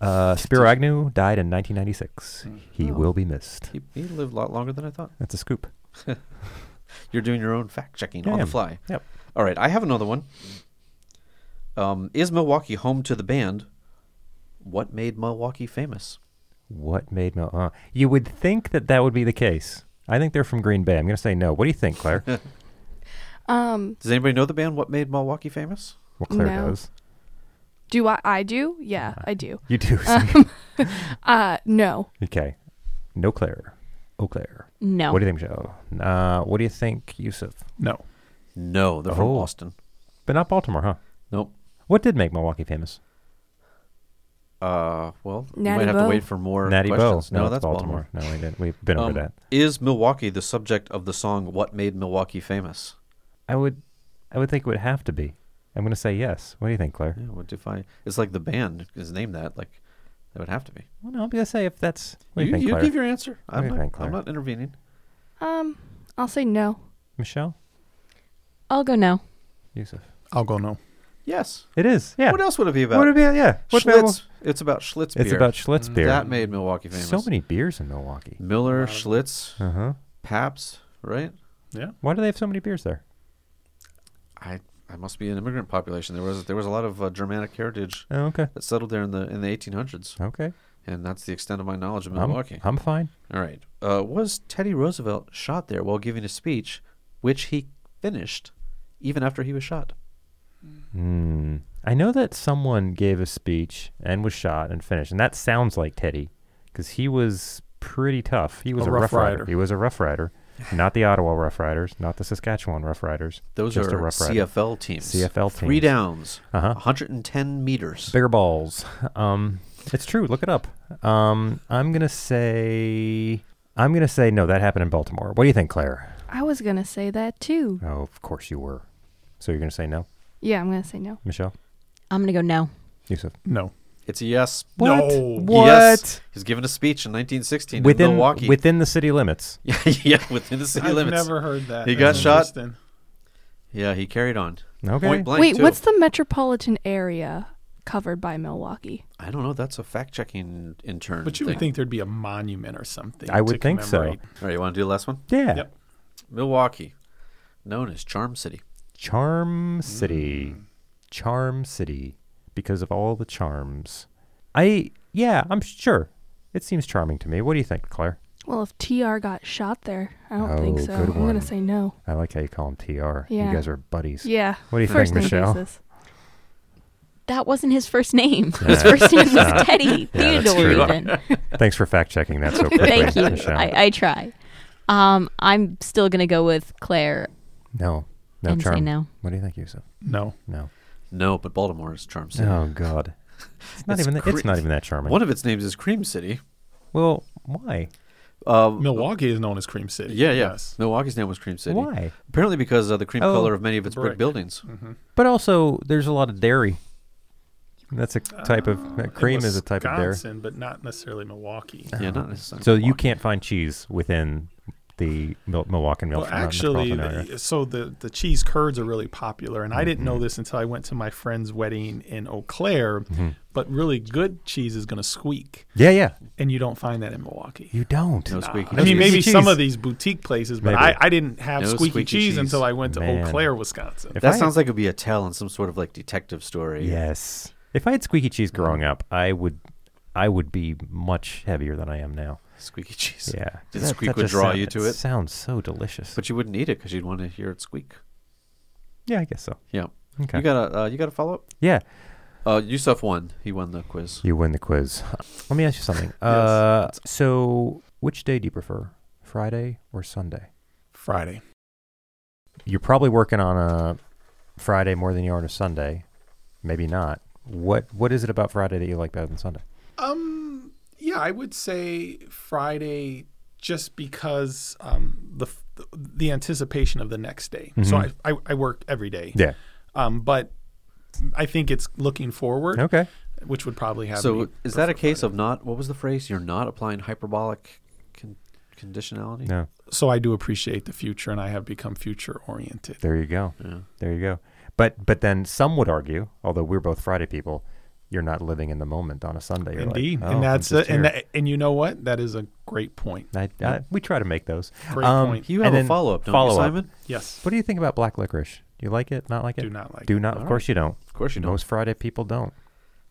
Speaker 2: Uh, Spiro Agnew died in 1996. He
Speaker 3: Oh.
Speaker 2: will be missed.
Speaker 3: He, he lived a lot longer than I thought.
Speaker 2: That's a scoop.
Speaker 3: You're doing your own fact checking
Speaker 2: I
Speaker 3: on the
Speaker 2: am.
Speaker 3: fly.
Speaker 2: Yep.
Speaker 3: All right, I have another one. Um, is Milwaukee home to the band? What made Milwaukee famous?
Speaker 2: What made Mil? Uh, you would think that that would be the case. I think they're from Green Bay. I'm going to say no. What do you think,
Speaker 3: (laughs)
Speaker 2: Claire? well,
Speaker 4: Um,
Speaker 3: Does anybody know the band What Made Milwaukee Famous?
Speaker 2: Claire
Speaker 4: No.
Speaker 2: does.
Speaker 4: do I? I do. Yeah,
Speaker 2: Uh-huh.
Speaker 4: I do.
Speaker 2: You do. so-
Speaker 4: Uh, no.
Speaker 2: (laughs) okay. No, Claire. Oh, Claire.
Speaker 1: No.
Speaker 2: What do you think, Michelle? Uh, what do you think, Yusuf?
Speaker 5: No.
Speaker 3: No, they're from
Speaker 2: Oh.
Speaker 3: Austin.
Speaker 2: But not Baltimore, huh?
Speaker 3: Nope.
Speaker 2: What did make Milwaukee famous?
Speaker 3: Uh, well, we
Speaker 4: Natty
Speaker 3: might have to
Speaker 4: Bo.
Speaker 3: wait for more
Speaker 2: Natty Bo.
Speaker 3: questions. No,
Speaker 2: it's
Speaker 3: that's Baltimore.
Speaker 2: No, we didn't. We've been
Speaker 3: Um,
Speaker 2: over that.
Speaker 3: Is Milwaukee the subject of the song "What Made Milwaukee Famous"?
Speaker 2: I would, I would think it would have to be. I'm going to say yes. What do you think, Claire?
Speaker 3: Yeah, what if I? It's like the band is named that. Like, that would have to be.
Speaker 2: Well, no, I'm going to say if that's. What do you,
Speaker 3: you
Speaker 2: think, Claire?
Speaker 3: give your answer.
Speaker 2: do
Speaker 3: I'm
Speaker 2: you
Speaker 3: not,
Speaker 2: think, Claire?
Speaker 3: I'm not intervening.
Speaker 4: Um, I'll say no.
Speaker 2: Michelle,
Speaker 1: I'll go no.
Speaker 2: Yusuf.
Speaker 5: I'll go no.
Speaker 3: Yes.
Speaker 2: It is. Yeah.
Speaker 3: What else would it be about?
Speaker 2: What would it be? Yeah. What
Speaker 3: Schlitz.
Speaker 2: Mil-
Speaker 3: It's about Schlitz beer. Mm,
Speaker 2: It's about Schlitz beer.
Speaker 3: That made Milwaukee famous.
Speaker 2: so many beers in Milwaukee.
Speaker 3: Miller, Schlitz,
Speaker 2: Uh huh.
Speaker 3: Paps, right?
Speaker 5: Yeah.
Speaker 2: Why do they have so many beers there?
Speaker 3: I I must be an immigrant population. There was there was a lot of uh, Germanic heritage
Speaker 2: Oh, okay.
Speaker 3: that settled there in the in the 1800s,
Speaker 2: Okay.
Speaker 3: and that's the extent of my knowledge of
Speaker 2: I'm,
Speaker 3: Milwaukee.
Speaker 2: I'm fine.
Speaker 3: All right. Uh, was Teddy Roosevelt shot there while giving a speech, which he finished even after he was shot?
Speaker 2: Hmm. I know that someone gave a speech and was shot and finished, and that sounds like Teddy, because he was pretty tough. He was a,
Speaker 5: A Rough
Speaker 2: rough rider.
Speaker 5: Rider.
Speaker 2: He was a rough rider, not the Ottawa Rough Riders, not the Saskatchewan Rough Riders.
Speaker 3: Those
Speaker 2: just
Speaker 3: are
Speaker 2: a rough rider.
Speaker 3: CFL teams.
Speaker 2: CFL
Speaker 3: Three
Speaker 2: teams.
Speaker 3: downs,
Speaker 2: Uh-huh.
Speaker 3: 110 meters.
Speaker 2: Bigger balls. Um, it's true. Look it up. Um, I'm gonna say. I'm gonna say no. That happened in Baltimore. What do you think, Claire?
Speaker 4: I was gonna say that too.
Speaker 2: Oh, of course you were. So you're gonna say no,
Speaker 4: Yeah, I'm gonna say no.
Speaker 2: Michelle,
Speaker 1: I'm going to go no.
Speaker 2: Yusuf.
Speaker 5: No.
Speaker 3: It's a yes.
Speaker 5: What?
Speaker 2: What?
Speaker 3: Yes. He's giving a speech in 1916
Speaker 2: Within
Speaker 3: in Milwaukee.
Speaker 2: within the city limits.
Speaker 3: (laughs) yeah, yeah, within the city
Speaker 5: I've
Speaker 3: limits.
Speaker 5: never heard that.
Speaker 3: He got
Speaker 5: That's
Speaker 3: shot.
Speaker 5: interesting.
Speaker 3: Yeah, he carried on.
Speaker 2: Okay.
Speaker 3: Point blank.
Speaker 4: Wait,
Speaker 3: too.
Speaker 4: what's the metropolitan area covered by Milwaukee?
Speaker 3: I don't know. That's a fact checking intern.
Speaker 5: But you
Speaker 3: thing.
Speaker 5: would think there'd be a monument or something.
Speaker 2: I would
Speaker 5: to
Speaker 2: think so.
Speaker 5: commemorate.
Speaker 3: All right, you want to do the last one?
Speaker 2: Yeah.
Speaker 5: Yep.
Speaker 3: Milwaukee, known as Charm City.
Speaker 2: Charm City.
Speaker 3: Mm.
Speaker 2: Charm City because of all the charms. I yeah, I'm sure. It seems charming to me. What do you think, Claire?
Speaker 4: Well, if TR got shot there, I don't think
Speaker 2: Oh,
Speaker 4: so.
Speaker 2: good
Speaker 4: I'm
Speaker 2: one.
Speaker 4: gonna say no.
Speaker 2: I like how you call him TR. You
Speaker 4: Yeah.
Speaker 2: guys are buddies.
Speaker 4: Yeah.
Speaker 2: What do you
Speaker 4: First
Speaker 2: think,
Speaker 4: name
Speaker 2: Michelle?
Speaker 4: basis.
Speaker 1: That wasn't his first
Speaker 2: (laughs)
Speaker 1: name. His
Speaker 2: Yeah.
Speaker 1: first name
Speaker 2: Yeah.
Speaker 1: was Teddy
Speaker 2: Yeah, (laughs) that's
Speaker 1: Theodore.
Speaker 2: true.
Speaker 1: Even.
Speaker 2: Thanks for fact checking that so
Speaker 1: (laughs)
Speaker 2: quickly,
Speaker 1: Thank you.
Speaker 2: Michelle.
Speaker 1: I, I try. Um, I'm still gonna go with Claire
Speaker 2: no, no
Speaker 1: and
Speaker 2: charm.
Speaker 1: say no.
Speaker 2: What do you think, Yusuf?
Speaker 5: No.
Speaker 2: No.
Speaker 3: No, but Baltimore is Charm City.
Speaker 2: Oh God. It's not
Speaker 3: It's
Speaker 2: even. That,
Speaker 3: cre-
Speaker 2: it's not even that charming.
Speaker 3: One of its names is Cream City.
Speaker 2: well, why?
Speaker 3: Um,
Speaker 5: Milwaukee is known as Cream City.
Speaker 3: Yeah, yeah. Milwaukee's name was Cream City.
Speaker 2: Why?
Speaker 3: Apparently because of the cream
Speaker 2: Oh, Mm-hmm.
Speaker 3: color of many of its brick,
Speaker 5: brick.
Speaker 3: buildings.
Speaker 2: But also, there's a lot of dairy. That's a type of
Speaker 3: Ah,
Speaker 2: that cream is a type of dairy.
Speaker 5: Wisconsin, but not necessarily Milwaukee.
Speaker 3: Yeah, not necessarily.
Speaker 2: Oh. So you
Speaker 3: Milwaukee.
Speaker 2: can't find cheese within the Mil- Milwaukee Mil-
Speaker 5: Well,
Speaker 2: uh,
Speaker 5: actually,
Speaker 2: metropolitan area. Mm-hmm.
Speaker 5: the- so the, the cheese curds are really popular, and I didn't know this until I went to my friend's wedding in Eau Claire.
Speaker 2: Mm-hmm.
Speaker 5: But really good cheese is going to squeak,
Speaker 2: yeah, yeah,
Speaker 5: and you don't find that in Milwaukee.
Speaker 2: you don't.
Speaker 3: No squeaky.
Speaker 5: I mean,
Speaker 2: cheese.
Speaker 5: maybe
Speaker 2: Cheese.
Speaker 5: some of these boutique places, but
Speaker 2: Maybe.
Speaker 5: I, I didn't have
Speaker 3: No
Speaker 5: squeaky,
Speaker 3: squeaky
Speaker 5: cheese,
Speaker 3: cheese.
Speaker 5: until I went to
Speaker 2: Man.
Speaker 5: Eau Claire, Wisconsin.
Speaker 2: If
Speaker 3: That
Speaker 2: I-
Speaker 3: sounds like it'd be a tell in some sort of like detective story.
Speaker 2: yes. If I had squeaky cheese
Speaker 3: Mm-hmm.
Speaker 2: growing up, I would, I would be much heavier than I am now.
Speaker 3: Squeaky cheese.
Speaker 2: Yeah,
Speaker 3: Did squeak would
Speaker 2: just
Speaker 3: draw
Speaker 2: sound-
Speaker 3: you to it?
Speaker 2: Sounds so delicious.
Speaker 3: But you wouldn't eat it because you'd want to hear it squeak.
Speaker 2: yeah, I guess so.
Speaker 3: Yeah.
Speaker 2: Okay.
Speaker 3: You got a uh, you got a follow up.
Speaker 2: yeah,
Speaker 3: Uh, Yusuf won. He won the quiz.
Speaker 2: you win the quiz. Let me ask you something. uh, so, which day do you prefer, Friday or Sunday?
Speaker 5: Friday.
Speaker 2: you're probably working on a Friday more than you are on a Sunday. Maybe not. What What is it about Friday that you like better than Sunday?
Speaker 5: Um, yeah, I would say Friday, just because um, the f- the anticipation of the next day. So I,
Speaker 2: Mhm.
Speaker 5: I I work every day.
Speaker 2: Yeah.
Speaker 5: Um, but I think it's looking forward,
Speaker 2: Okay.
Speaker 5: which would probably have. me
Speaker 3: So is that a
Speaker 5: prefer
Speaker 3: case
Speaker 5: Friday.
Speaker 3: of not what was the phrase? You're not applying hyperbolic con- conditionality.
Speaker 2: No.
Speaker 5: So I do appreciate the future, and I have become future oriented.
Speaker 2: There you go.
Speaker 3: Yeah.
Speaker 2: There you go. But but then some would argue, although we're both Friday people, you're not living in the moment on a Sunday. You're like,
Speaker 5: Indeed,
Speaker 2: "Oh, I'm
Speaker 5: and that's
Speaker 2: just
Speaker 5: a, and
Speaker 2: here."
Speaker 5: that, and you know what? That is a great point.
Speaker 2: I, I, we try to make those.
Speaker 5: Great point.
Speaker 3: You have
Speaker 2: and
Speaker 3: a
Speaker 2: then
Speaker 3: follow up, don't you,
Speaker 2: follow-up.
Speaker 3: Simon?
Speaker 5: Yes,
Speaker 2: What do you think about black licorice? Do you like it? Not like it?
Speaker 5: do not like.
Speaker 2: Do not. Of
Speaker 3: All
Speaker 2: course you don't.
Speaker 3: Of course you know.
Speaker 2: Most Friday people don't.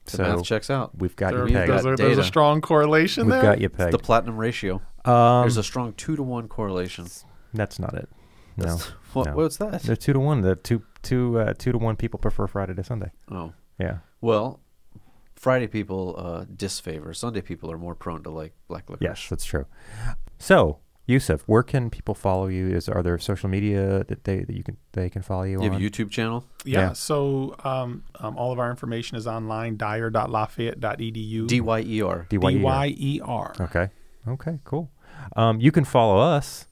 Speaker 3: The
Speaker 2: so
Speaker 3: math checks out.
Speaker 2: we've got
Speaker 5: There,
Speaker 2: you
Speaker 3: We've
Speaker 2: pegged.
Speaker 5: there's, a,
Speaker 3: got
Speaker 5: there's a
Speaker 3: data.
Speaker 5: strong correlation
Speaker 2: we've
Speaker 5: there.
Speaker 2: got you
Speaker 3: It's the
Speaker 2: pegged.
Speaker 3: platinum ratio.
Speaker 2: um,
Speaker 3: There's a strong two to one correlation.
Speaker 2: that's not it. (laughs) No.
Speaker 3: That's- What,
Speaker 2: no.
Speaker 3: What's that?
Speaker 2: They're two to one. The two two uh, two to one people prefer Friday to Sunday.
Speaker 3: Oh,
Speaker 2: Yeah.
Speaker 3: well, Friday people uh, disfavor. Sunday people are more prone to like black licorice.
Speaker 2: Yes, that's true. So, Yusuf, where can people follow you? Is are there social media that they that you can they can follow you
Speaker 3: You have
Speaker 2: on?
Speaker 3: a YouTube channel.
Speaker 5: Yeah.
Speaker 2: Yeah.
Speaker 5: So um, um, all of our information is online, dyer.lafayette.edu.
Speaker 3: D Y E R.
Speaker 2: DYE.
Speaker 5: D-Y-E-R.
Speaker 2: Okay. Okay. Cool. Um, you can follow us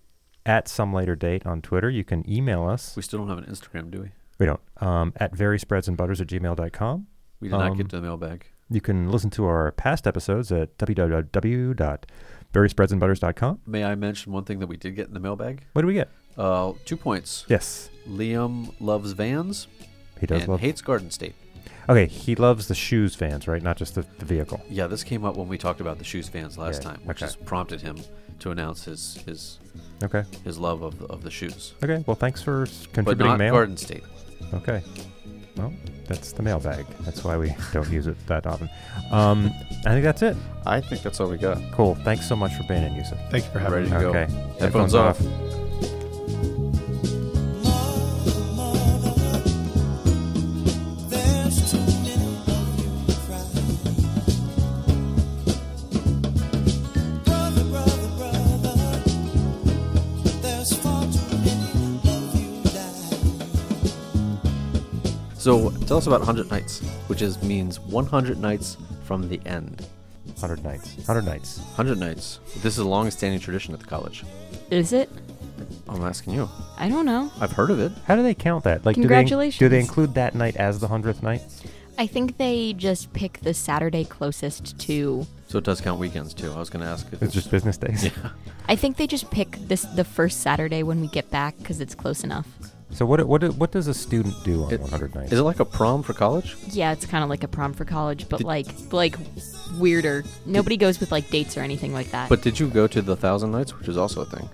Speaker 2: at some later date on Twitter. You can email us.
Speaker 3: We still don't have an Instagram, do we?
Speaker 2: We don't. Um, at very spreads and butters at gmail.com.
Speaker 3: We did not
Speaker 2: Um,
Speaker 3: get to the mailbag.
Speaker 2: You can listen to our past episodes at www.veryspreadsandbutters.com.
Speaker 3: May I mention one thing that we did get in the mailbag?
Speaker 2: What do we get?
Speaker 3: Uh, two points.
Speaker 2: Yes.
Speaker 3: Liam loves Vans
Speaker 2: He does
Speaker 3: and
Speaker 2: love
Speaker 3: hates Garden State.
Speaker 2: Okay, he loves the shoes fans, right? Not just the, the vehicle.
Speaker 3: Yeah, this came up when we talked about the shoes Vans last
Speaker 2: Yeah,
Speaker 3: time, which
Speaker 2: okay.
Speaker 3: has prompted him to announce his his
Speaker 2: Okay.
Speaker 3: his love of, of the shoes,
Speaker 2: Okay. Well, thanks for s-
Speaker 3: but
Speaker 2: contributing
Speaker 3: not
Speaker 2: mail.
Speaker 3: Garden State.
Speaker 2: Okay. Well, that's the mailbag. That's why we (laughs) don't use it that often. Um, I think that's it.
Speaker 3: I think that's all we got.
Speaker 2: Cool. Thanks so much for being in, Yusuf.
Speaker 5: Thank you for
Speaker 3: Ready
Speaker 5: having me.
Speaker 3: to go.
Speaker 2: Okay.
Speaker 3: Headphones off.
Speaker 6: There's too many of you crying. Brother, brother, brother. There's far too many of you dying.
Speaker 3: So tell us about 100 Nights, which is means 100 nights from the end.
Speaker 2: 100 nights. 100 nights.
Speaker 3: 100 nights. This is a long-standing tradition at the college.
Speaker 1: Is it?
Speaker 3: I'm asking you.
Speaker 1: I don't know.
Speaker 3: I've heard of it.
Speaker 2: How do they count that? Like, Do they, in- do they
Speaker 1: Congratulations.
Speaker 2: include that night as the 100th night?
Speaker 1: I think they just pick the Saturday closest to.
Speaker 3: So it does count weekends too. I was going to ask if
Speaker 2: It's just business days.
Speaker 3: yeah.
Speaker 1: I think they just pick this the first Saturday when we get back because it's close enough.
Speaker 2: So what what what does a student do on
Speaker 3: It-
Speaker 2: 100 nights?
Speaker 3: Is it like a prom for college?
Speaker 1: Yeah, it's kind of like a prom for college, but like like weirder. Nobody goes with like dates or anything like that.
Speaker 3: But did you go to the Thousand Nights, which is also a thing?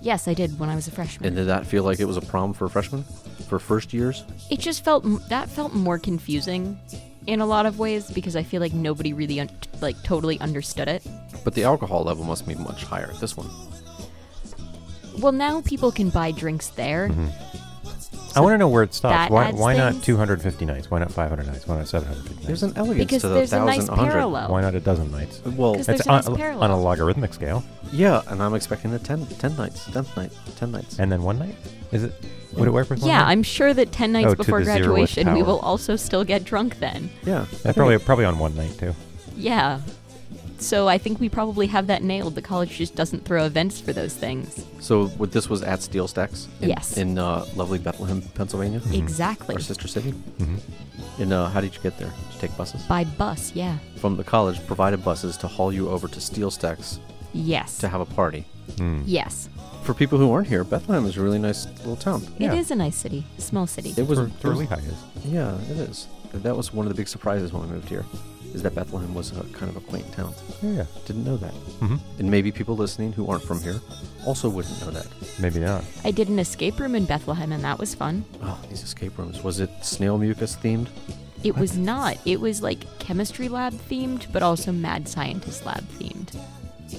Speaker 1: Yes, I did when I was a freshman.
Speaker 3: And did that feel like it was a prom for freshmen, for first years?
Speaker 1: it just felt m- that felt more confusing in a lot of ways because I feel like nobody really un- t- like totally understood it.
Speaker 3: But the alcohol level must be much higher at this one.
Speaker 1: Well, now people can buy drinks there.
Speaker 2: Mm-hmm. I want to know where it stops.
Speaker 1: that
Speaker 2: Why,
Speaker 1: adds
Speaker 2: why not
Speaker 1: things?
Speaker 2: 250 nights? Why not 500 nights? Why not 750
Speaker 3: There's
Speaker 2: nights?
Speaker 3: an elegance
Speaker 1: Because
Speaker 3: to the
Speaker 1: there's a
Speaker 3: thousand
Speaker 1: nice
Speaker 3: hundred.
Speaker 1: parallel.
Speaker 2: Why not a dozen nights?
Speaker 3: Well,
Speaker 1: Because
Speaker 2: It's
Speaker 1: there's a
Speaker 2: on,
Speaker 1: nice parallel.
Speaker 2: on a logarithmic scale.
Speaker 3: yeah, and I'm expecting the 10, 10 nights, 10 night, 10 nights.
Speaker 2: And then one night? Is it? Would it work with one
Speaker 1: Yeah,
Speaker 2: night?
Speaker 1: I'm sure that ten nights
Speaker 2: Oh, to
Speaker 1: before
Speaker 2: the zeroth
Speaker 1: graduation, we
Speaker 2: power.
Speaker 1: will also still get drunk then.
Speaker 3: yeah.
Speaker 2: Yeah, probably, probably on one night, too.
Speaker 1: Yeah. So I think we probably have that nailed. The college just doesn't throw events for those things.
Speaker 3: So what this was at Steel Stacks in,
Speaker 1: Yes.
Speaker 3: in uh, lovely Bethlehem, Pennsylvania,
Speaker 2: Mm-hmm.
Speaker 1: Exactly.
Speaker 3: our sister city.
Speaker 2: hmm
Speaker 3: And uh, how did you get there? Did you take buses?
Speaker 1: By bus, yeah.
Speaker 3: From the college provided buses to haul you over to Steel Stacks
Speaker 1: Yes.
Speaker 3: to have a party.
Speaker 2: Mm-hmm.
Speaker 1: yes.
Speaker 3: For people who aren't here, Bethlehem is a really nice little town.
Speaker 2: Yeah.
Speaker 1: It is a nice city, small city.
Speaker 3: It was
Speaker 2: For,
Speaker 3: it
Speaker 2: for
Speaker 3: was-
Speaker 2: Lehigh is.
Speaker 3: Yeah, it is. That was one of the big surprises when we moved here, is that Bethlehem was a kind of a quaint town.
Speaker 2: Yeah.
Speaker 3: Didn't know that.
Speaker 2: hmm
Speaker 3: And maybe people listening who aren't from here also wouldn't know that.
Speaker 2: Maybe not.
Speaker 1: I did an escape room in Bethlehem, and that was fun.
Speaker 3: Oh, these escape rooms. Was it snail mucus themed?
Speaker 1: It was not. It was like chemistry lab themed, but also mad scientist lab themed.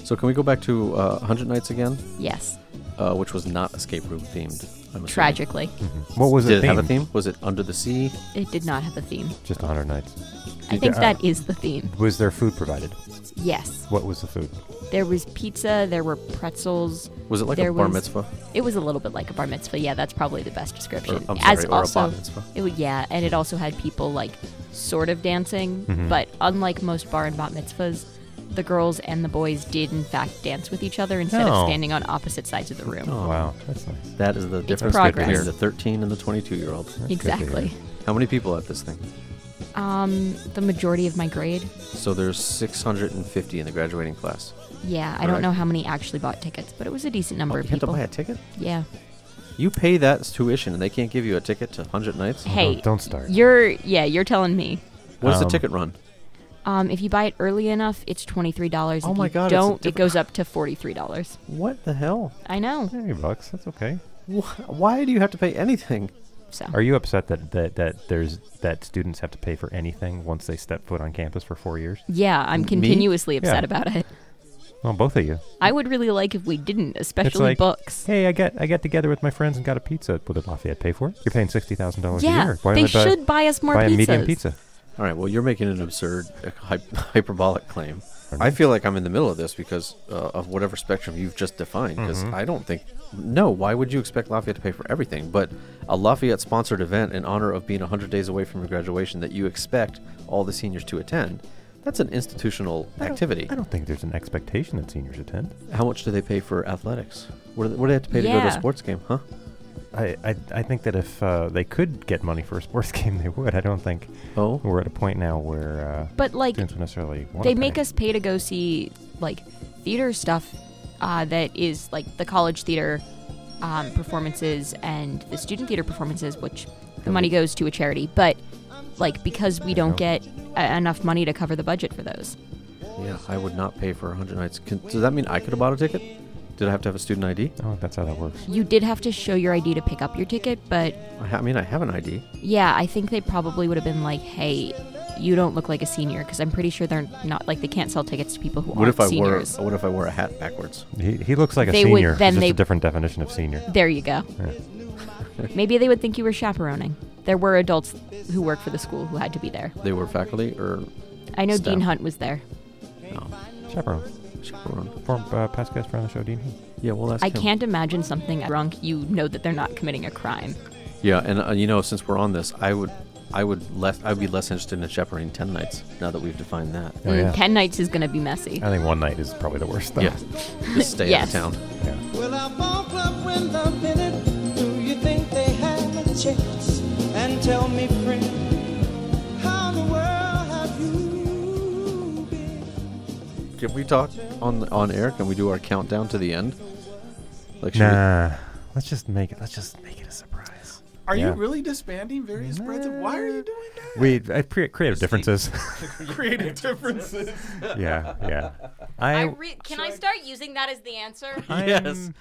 Speaker 3: So can we go back to uh, 100 Nights again,
Speaker 1: Yes,
Speaker 3: uh, which was not escape room themed? I'm assuming.
Speaker 1: tragically,
Speaker 2: What was Mm-hmm. it?
Speaker 3: Did it have a theme? Was it Under the Sea?
Speaker 1: it did not have a theme.
Speaker 2: Just 100 nights.
Speaker 1: I
Speaker 2: Did-
Speaker 1: think
Speaker 2: uh,
Speaker 1: that is the theme.
Speaker 2: Was there food provided?
Speaker 1: Yes,
Speaker 2: What was the food?
Speaker 1: there was pizza. There were pretzels.
Speaker 3: Was it like
Speaker 1: There
Speaker 3: a bar
Speaker 1: was-
Speaker 3: mitzvah?
Speaker 1: It was a little bit like a bar mitzvah. Yeah, that's probably the best description.
Speaker 3: I'm
Speaker 1: As
Speaker 3: sorry, or a
Speaker 1: also,
Speaker 3: bat mitzvah.
Speaker 1: it wa- yeah, and it also had people like sort of dancing,
Speaker 3: Mm-hmm.
Speaker 1: but unlike most bar and bat mitzvahs, the girls and the boys did in fact dance with each other instead
Speaker 2: No.
Speaker 1: of standing on opposite sides of the room.
Speaker 3: Oh,
Speaker 2: Wow, that's nice.
Speaker 3: That is the difference
Speaker 1: progress.
Speaker 3: between the 13 and the 22 year old.
Speaker 2: That's good to hear.
Speaker 1: exactly.
Speaker 3: How many people at this thing?
Speaker 1: Um, the majority of my grade.
Speaker 3: So there's 650 in the graduating class.
Speaker 1: Yeah, I
Speaker 3: Correct.
Speaker 1: don't know how many actually bought tickets, but it was a decent number
Speaker 3: Oh,
Speaker 1: of
Speaker 3: you have to
Speaker 1: people.
Speaker 3: buy a ticket?
Speaker 1: Yeah.
Speaker 3: You pay that tuition and they can't give you a ticket to 100 nights?
Speaker 2: Well,
Speaker 1: Hey,
Speaker 2: don't- don't start.
Speaker 1: You're yeah, you're telling me.
Speaker 3: What does
Speaker 2: Um,
Speaker 3: the ticket run?
Speaker 1: Um, if you buy it early enough, it's twenty three dollars.
Speaker 3: Oh
Speaker 1: if
Speaker 3: my
Speaker 1: you
Speaker 3: God, it's a
Speaker 1: Don't it
Speaker 3: different- (laughs)
Speaker 1: goes up to forty three dollars?
Speaker 3: What the hell?
Speaker 1: I know.
Speaker 2: 30 bucks. That's okay.
Speaker 3: Wh- Why do you have to pay anything?
Speaker 1: So
Speaker 2: Are you upset that, that, that there's that students have to pay for anything once they step foot on campus for four years?
Speaker 1: yeah, I'm continuously upset
Speaker 2: Yeah.
Speaker 1: about it.
Speaker 2: Well, both of you.
Speaker 1: I would really like if we didn't,
Speaker 2: It's
Speaker 1: especially
Speaker 2: like,
Speaker 1: books.
Speaker 2: hey, I got I got together with my friends and got a pizza. Well, did Lafayette pay for it? You're paying sixty thousand dollars a
Speaker 1: yeah,
Speaker 2: year. Why
Speaker 1: they
Speaker 2: don't buy,
Speaker 1: should buy us more
Speaker 2: buy
Speaker 1: pizzas.
Speaker 2: a medium pizza?
Speaker 3: All right, well, you're making an absurd, uh, hy- (laughs) hyperbolic claim.
Speaker 2: Pardon
Speaker 3: I
Speaker 2: me?
Speaker 3: feel like I'm in the middle of this because uh, of whatever spectrum you've just defined. Because
Speaker 2: Mm-hmm.
Speaker 3: I don't think, no, why would you expect Lafayette to pay for everything? But a Lafayette sponsored event in honor of being 100 days away from your graduation that you expect all the seniors to attend, that's an institutional
Speaker 2: I don't-
Speaker 3: activity.
Speaker 2: I don't think there's an expectation that seniors attend.
Speaker 3: How much do they pay for athletics? What do they, what do they have to pay to go to a
Speaker 1: Yeah.
Speaker 3: sports game, huh?
Speaker 2: I, I, I think that if uh, they could get money for a sports (laughs) game, they would. I don't think
Speaker 3: Oh,
Speaker 2: we're at a point now where uh,
Speaker 1: But like
Speaker 2: students would necessarily want
Speaker 1: they make us pay to go see like theater stuff uh, that is like the college theater um, performances and the student theater performances, which the money goes to a charity. But like because we don't get uh, enough money to cover the budget for those,
Speaker 3: yeah, I would not pay for 100 nights. Can, does that mean I could have bought a ticket? Did I have to have a student ID?
Speaker 2: Oh, that's how that works.
Speaker 1: you did have to show your ID to pick up your ticket. But
Speaker 3: I, ha- I mean, I have an ID.
Speaker 1: yeah, I think they probably would have been like, hey. You don't look like a senior because I'm pretty sure they're not like they can't sell tickets to people who
Speaker 3: What
Speaker 1: aren't
Speaker 3: if I
Speaker 1: seniors.
Speaker 3: wore What if I wore a hat backwards?
Speaker 2: He, he looks like a
Speaker 1: They would-
Speaker 2: senior.
Speaker 1: then
Speaker 2: it's just
Speaker 1: they-
Speaker 2: a different definition of senior.
Speaker 1: There you
Speaker 3: (laughs)
Speaker 1: go.
Speaker 2: Yeah.
Speaker 1: Maybe they would think you were chaperoning. There were adults who work for the school who had to be there.
Speaker 3: They were faculty or
Speaker 1: I know
Speaker 3: Staff.
Speaker 1: Dean Hunt was there.
Speaker 3: no?
Speaker 2: Chaperone.
Speaker 3: Chaperone.
Speaker 2: Form, uh, past guest friend of the show, Dean. Hunt.
Speaker 3: Yeah, well, that's
Speaker 1: I can't imagine something drunk. You know that they're not committing a crime.
Speaker 3: Yeah, and uh, you know, since we're on this, I would, I would less, I'd be less interested in chaperoning ten nights now that we've defined (laughs) that.
Speaker 2: Oh,
Speaker 1: Mm,
Speaker 2: yeah.
Speaker 1: Ten nights is going to be messy.
Speaker 2: I think one night is probably the worst. Though.
Speaker 3: Yeah, just stay
Speaker 1: Yes.
Speaker 3: out of town.
Speaker 2: Yeah.
Speaker 6: Well, I bought club when love in it. Do you think they have a chance? And tell me, friend, how in the world have you been?
Speaker 3: Can we talk on on air? Can we do our countdown to the end? Like, should we-
Speaker 2: Nah. Let's just make it. Let's just make it a surprise.
Speaker 5: Are
Speaker 2: Yeah.
Speaker 5: you really disbanding various breads? Why are you doing that?
Speaker 2: We I pre- creative differences. (laughs)
Speaker 5: Creative differences.
Speaker 2: yeah, yeah. I,
Speaker 1: can I start using that as the answer?
Speaker 2: I'm-
Speaker 3: Yes.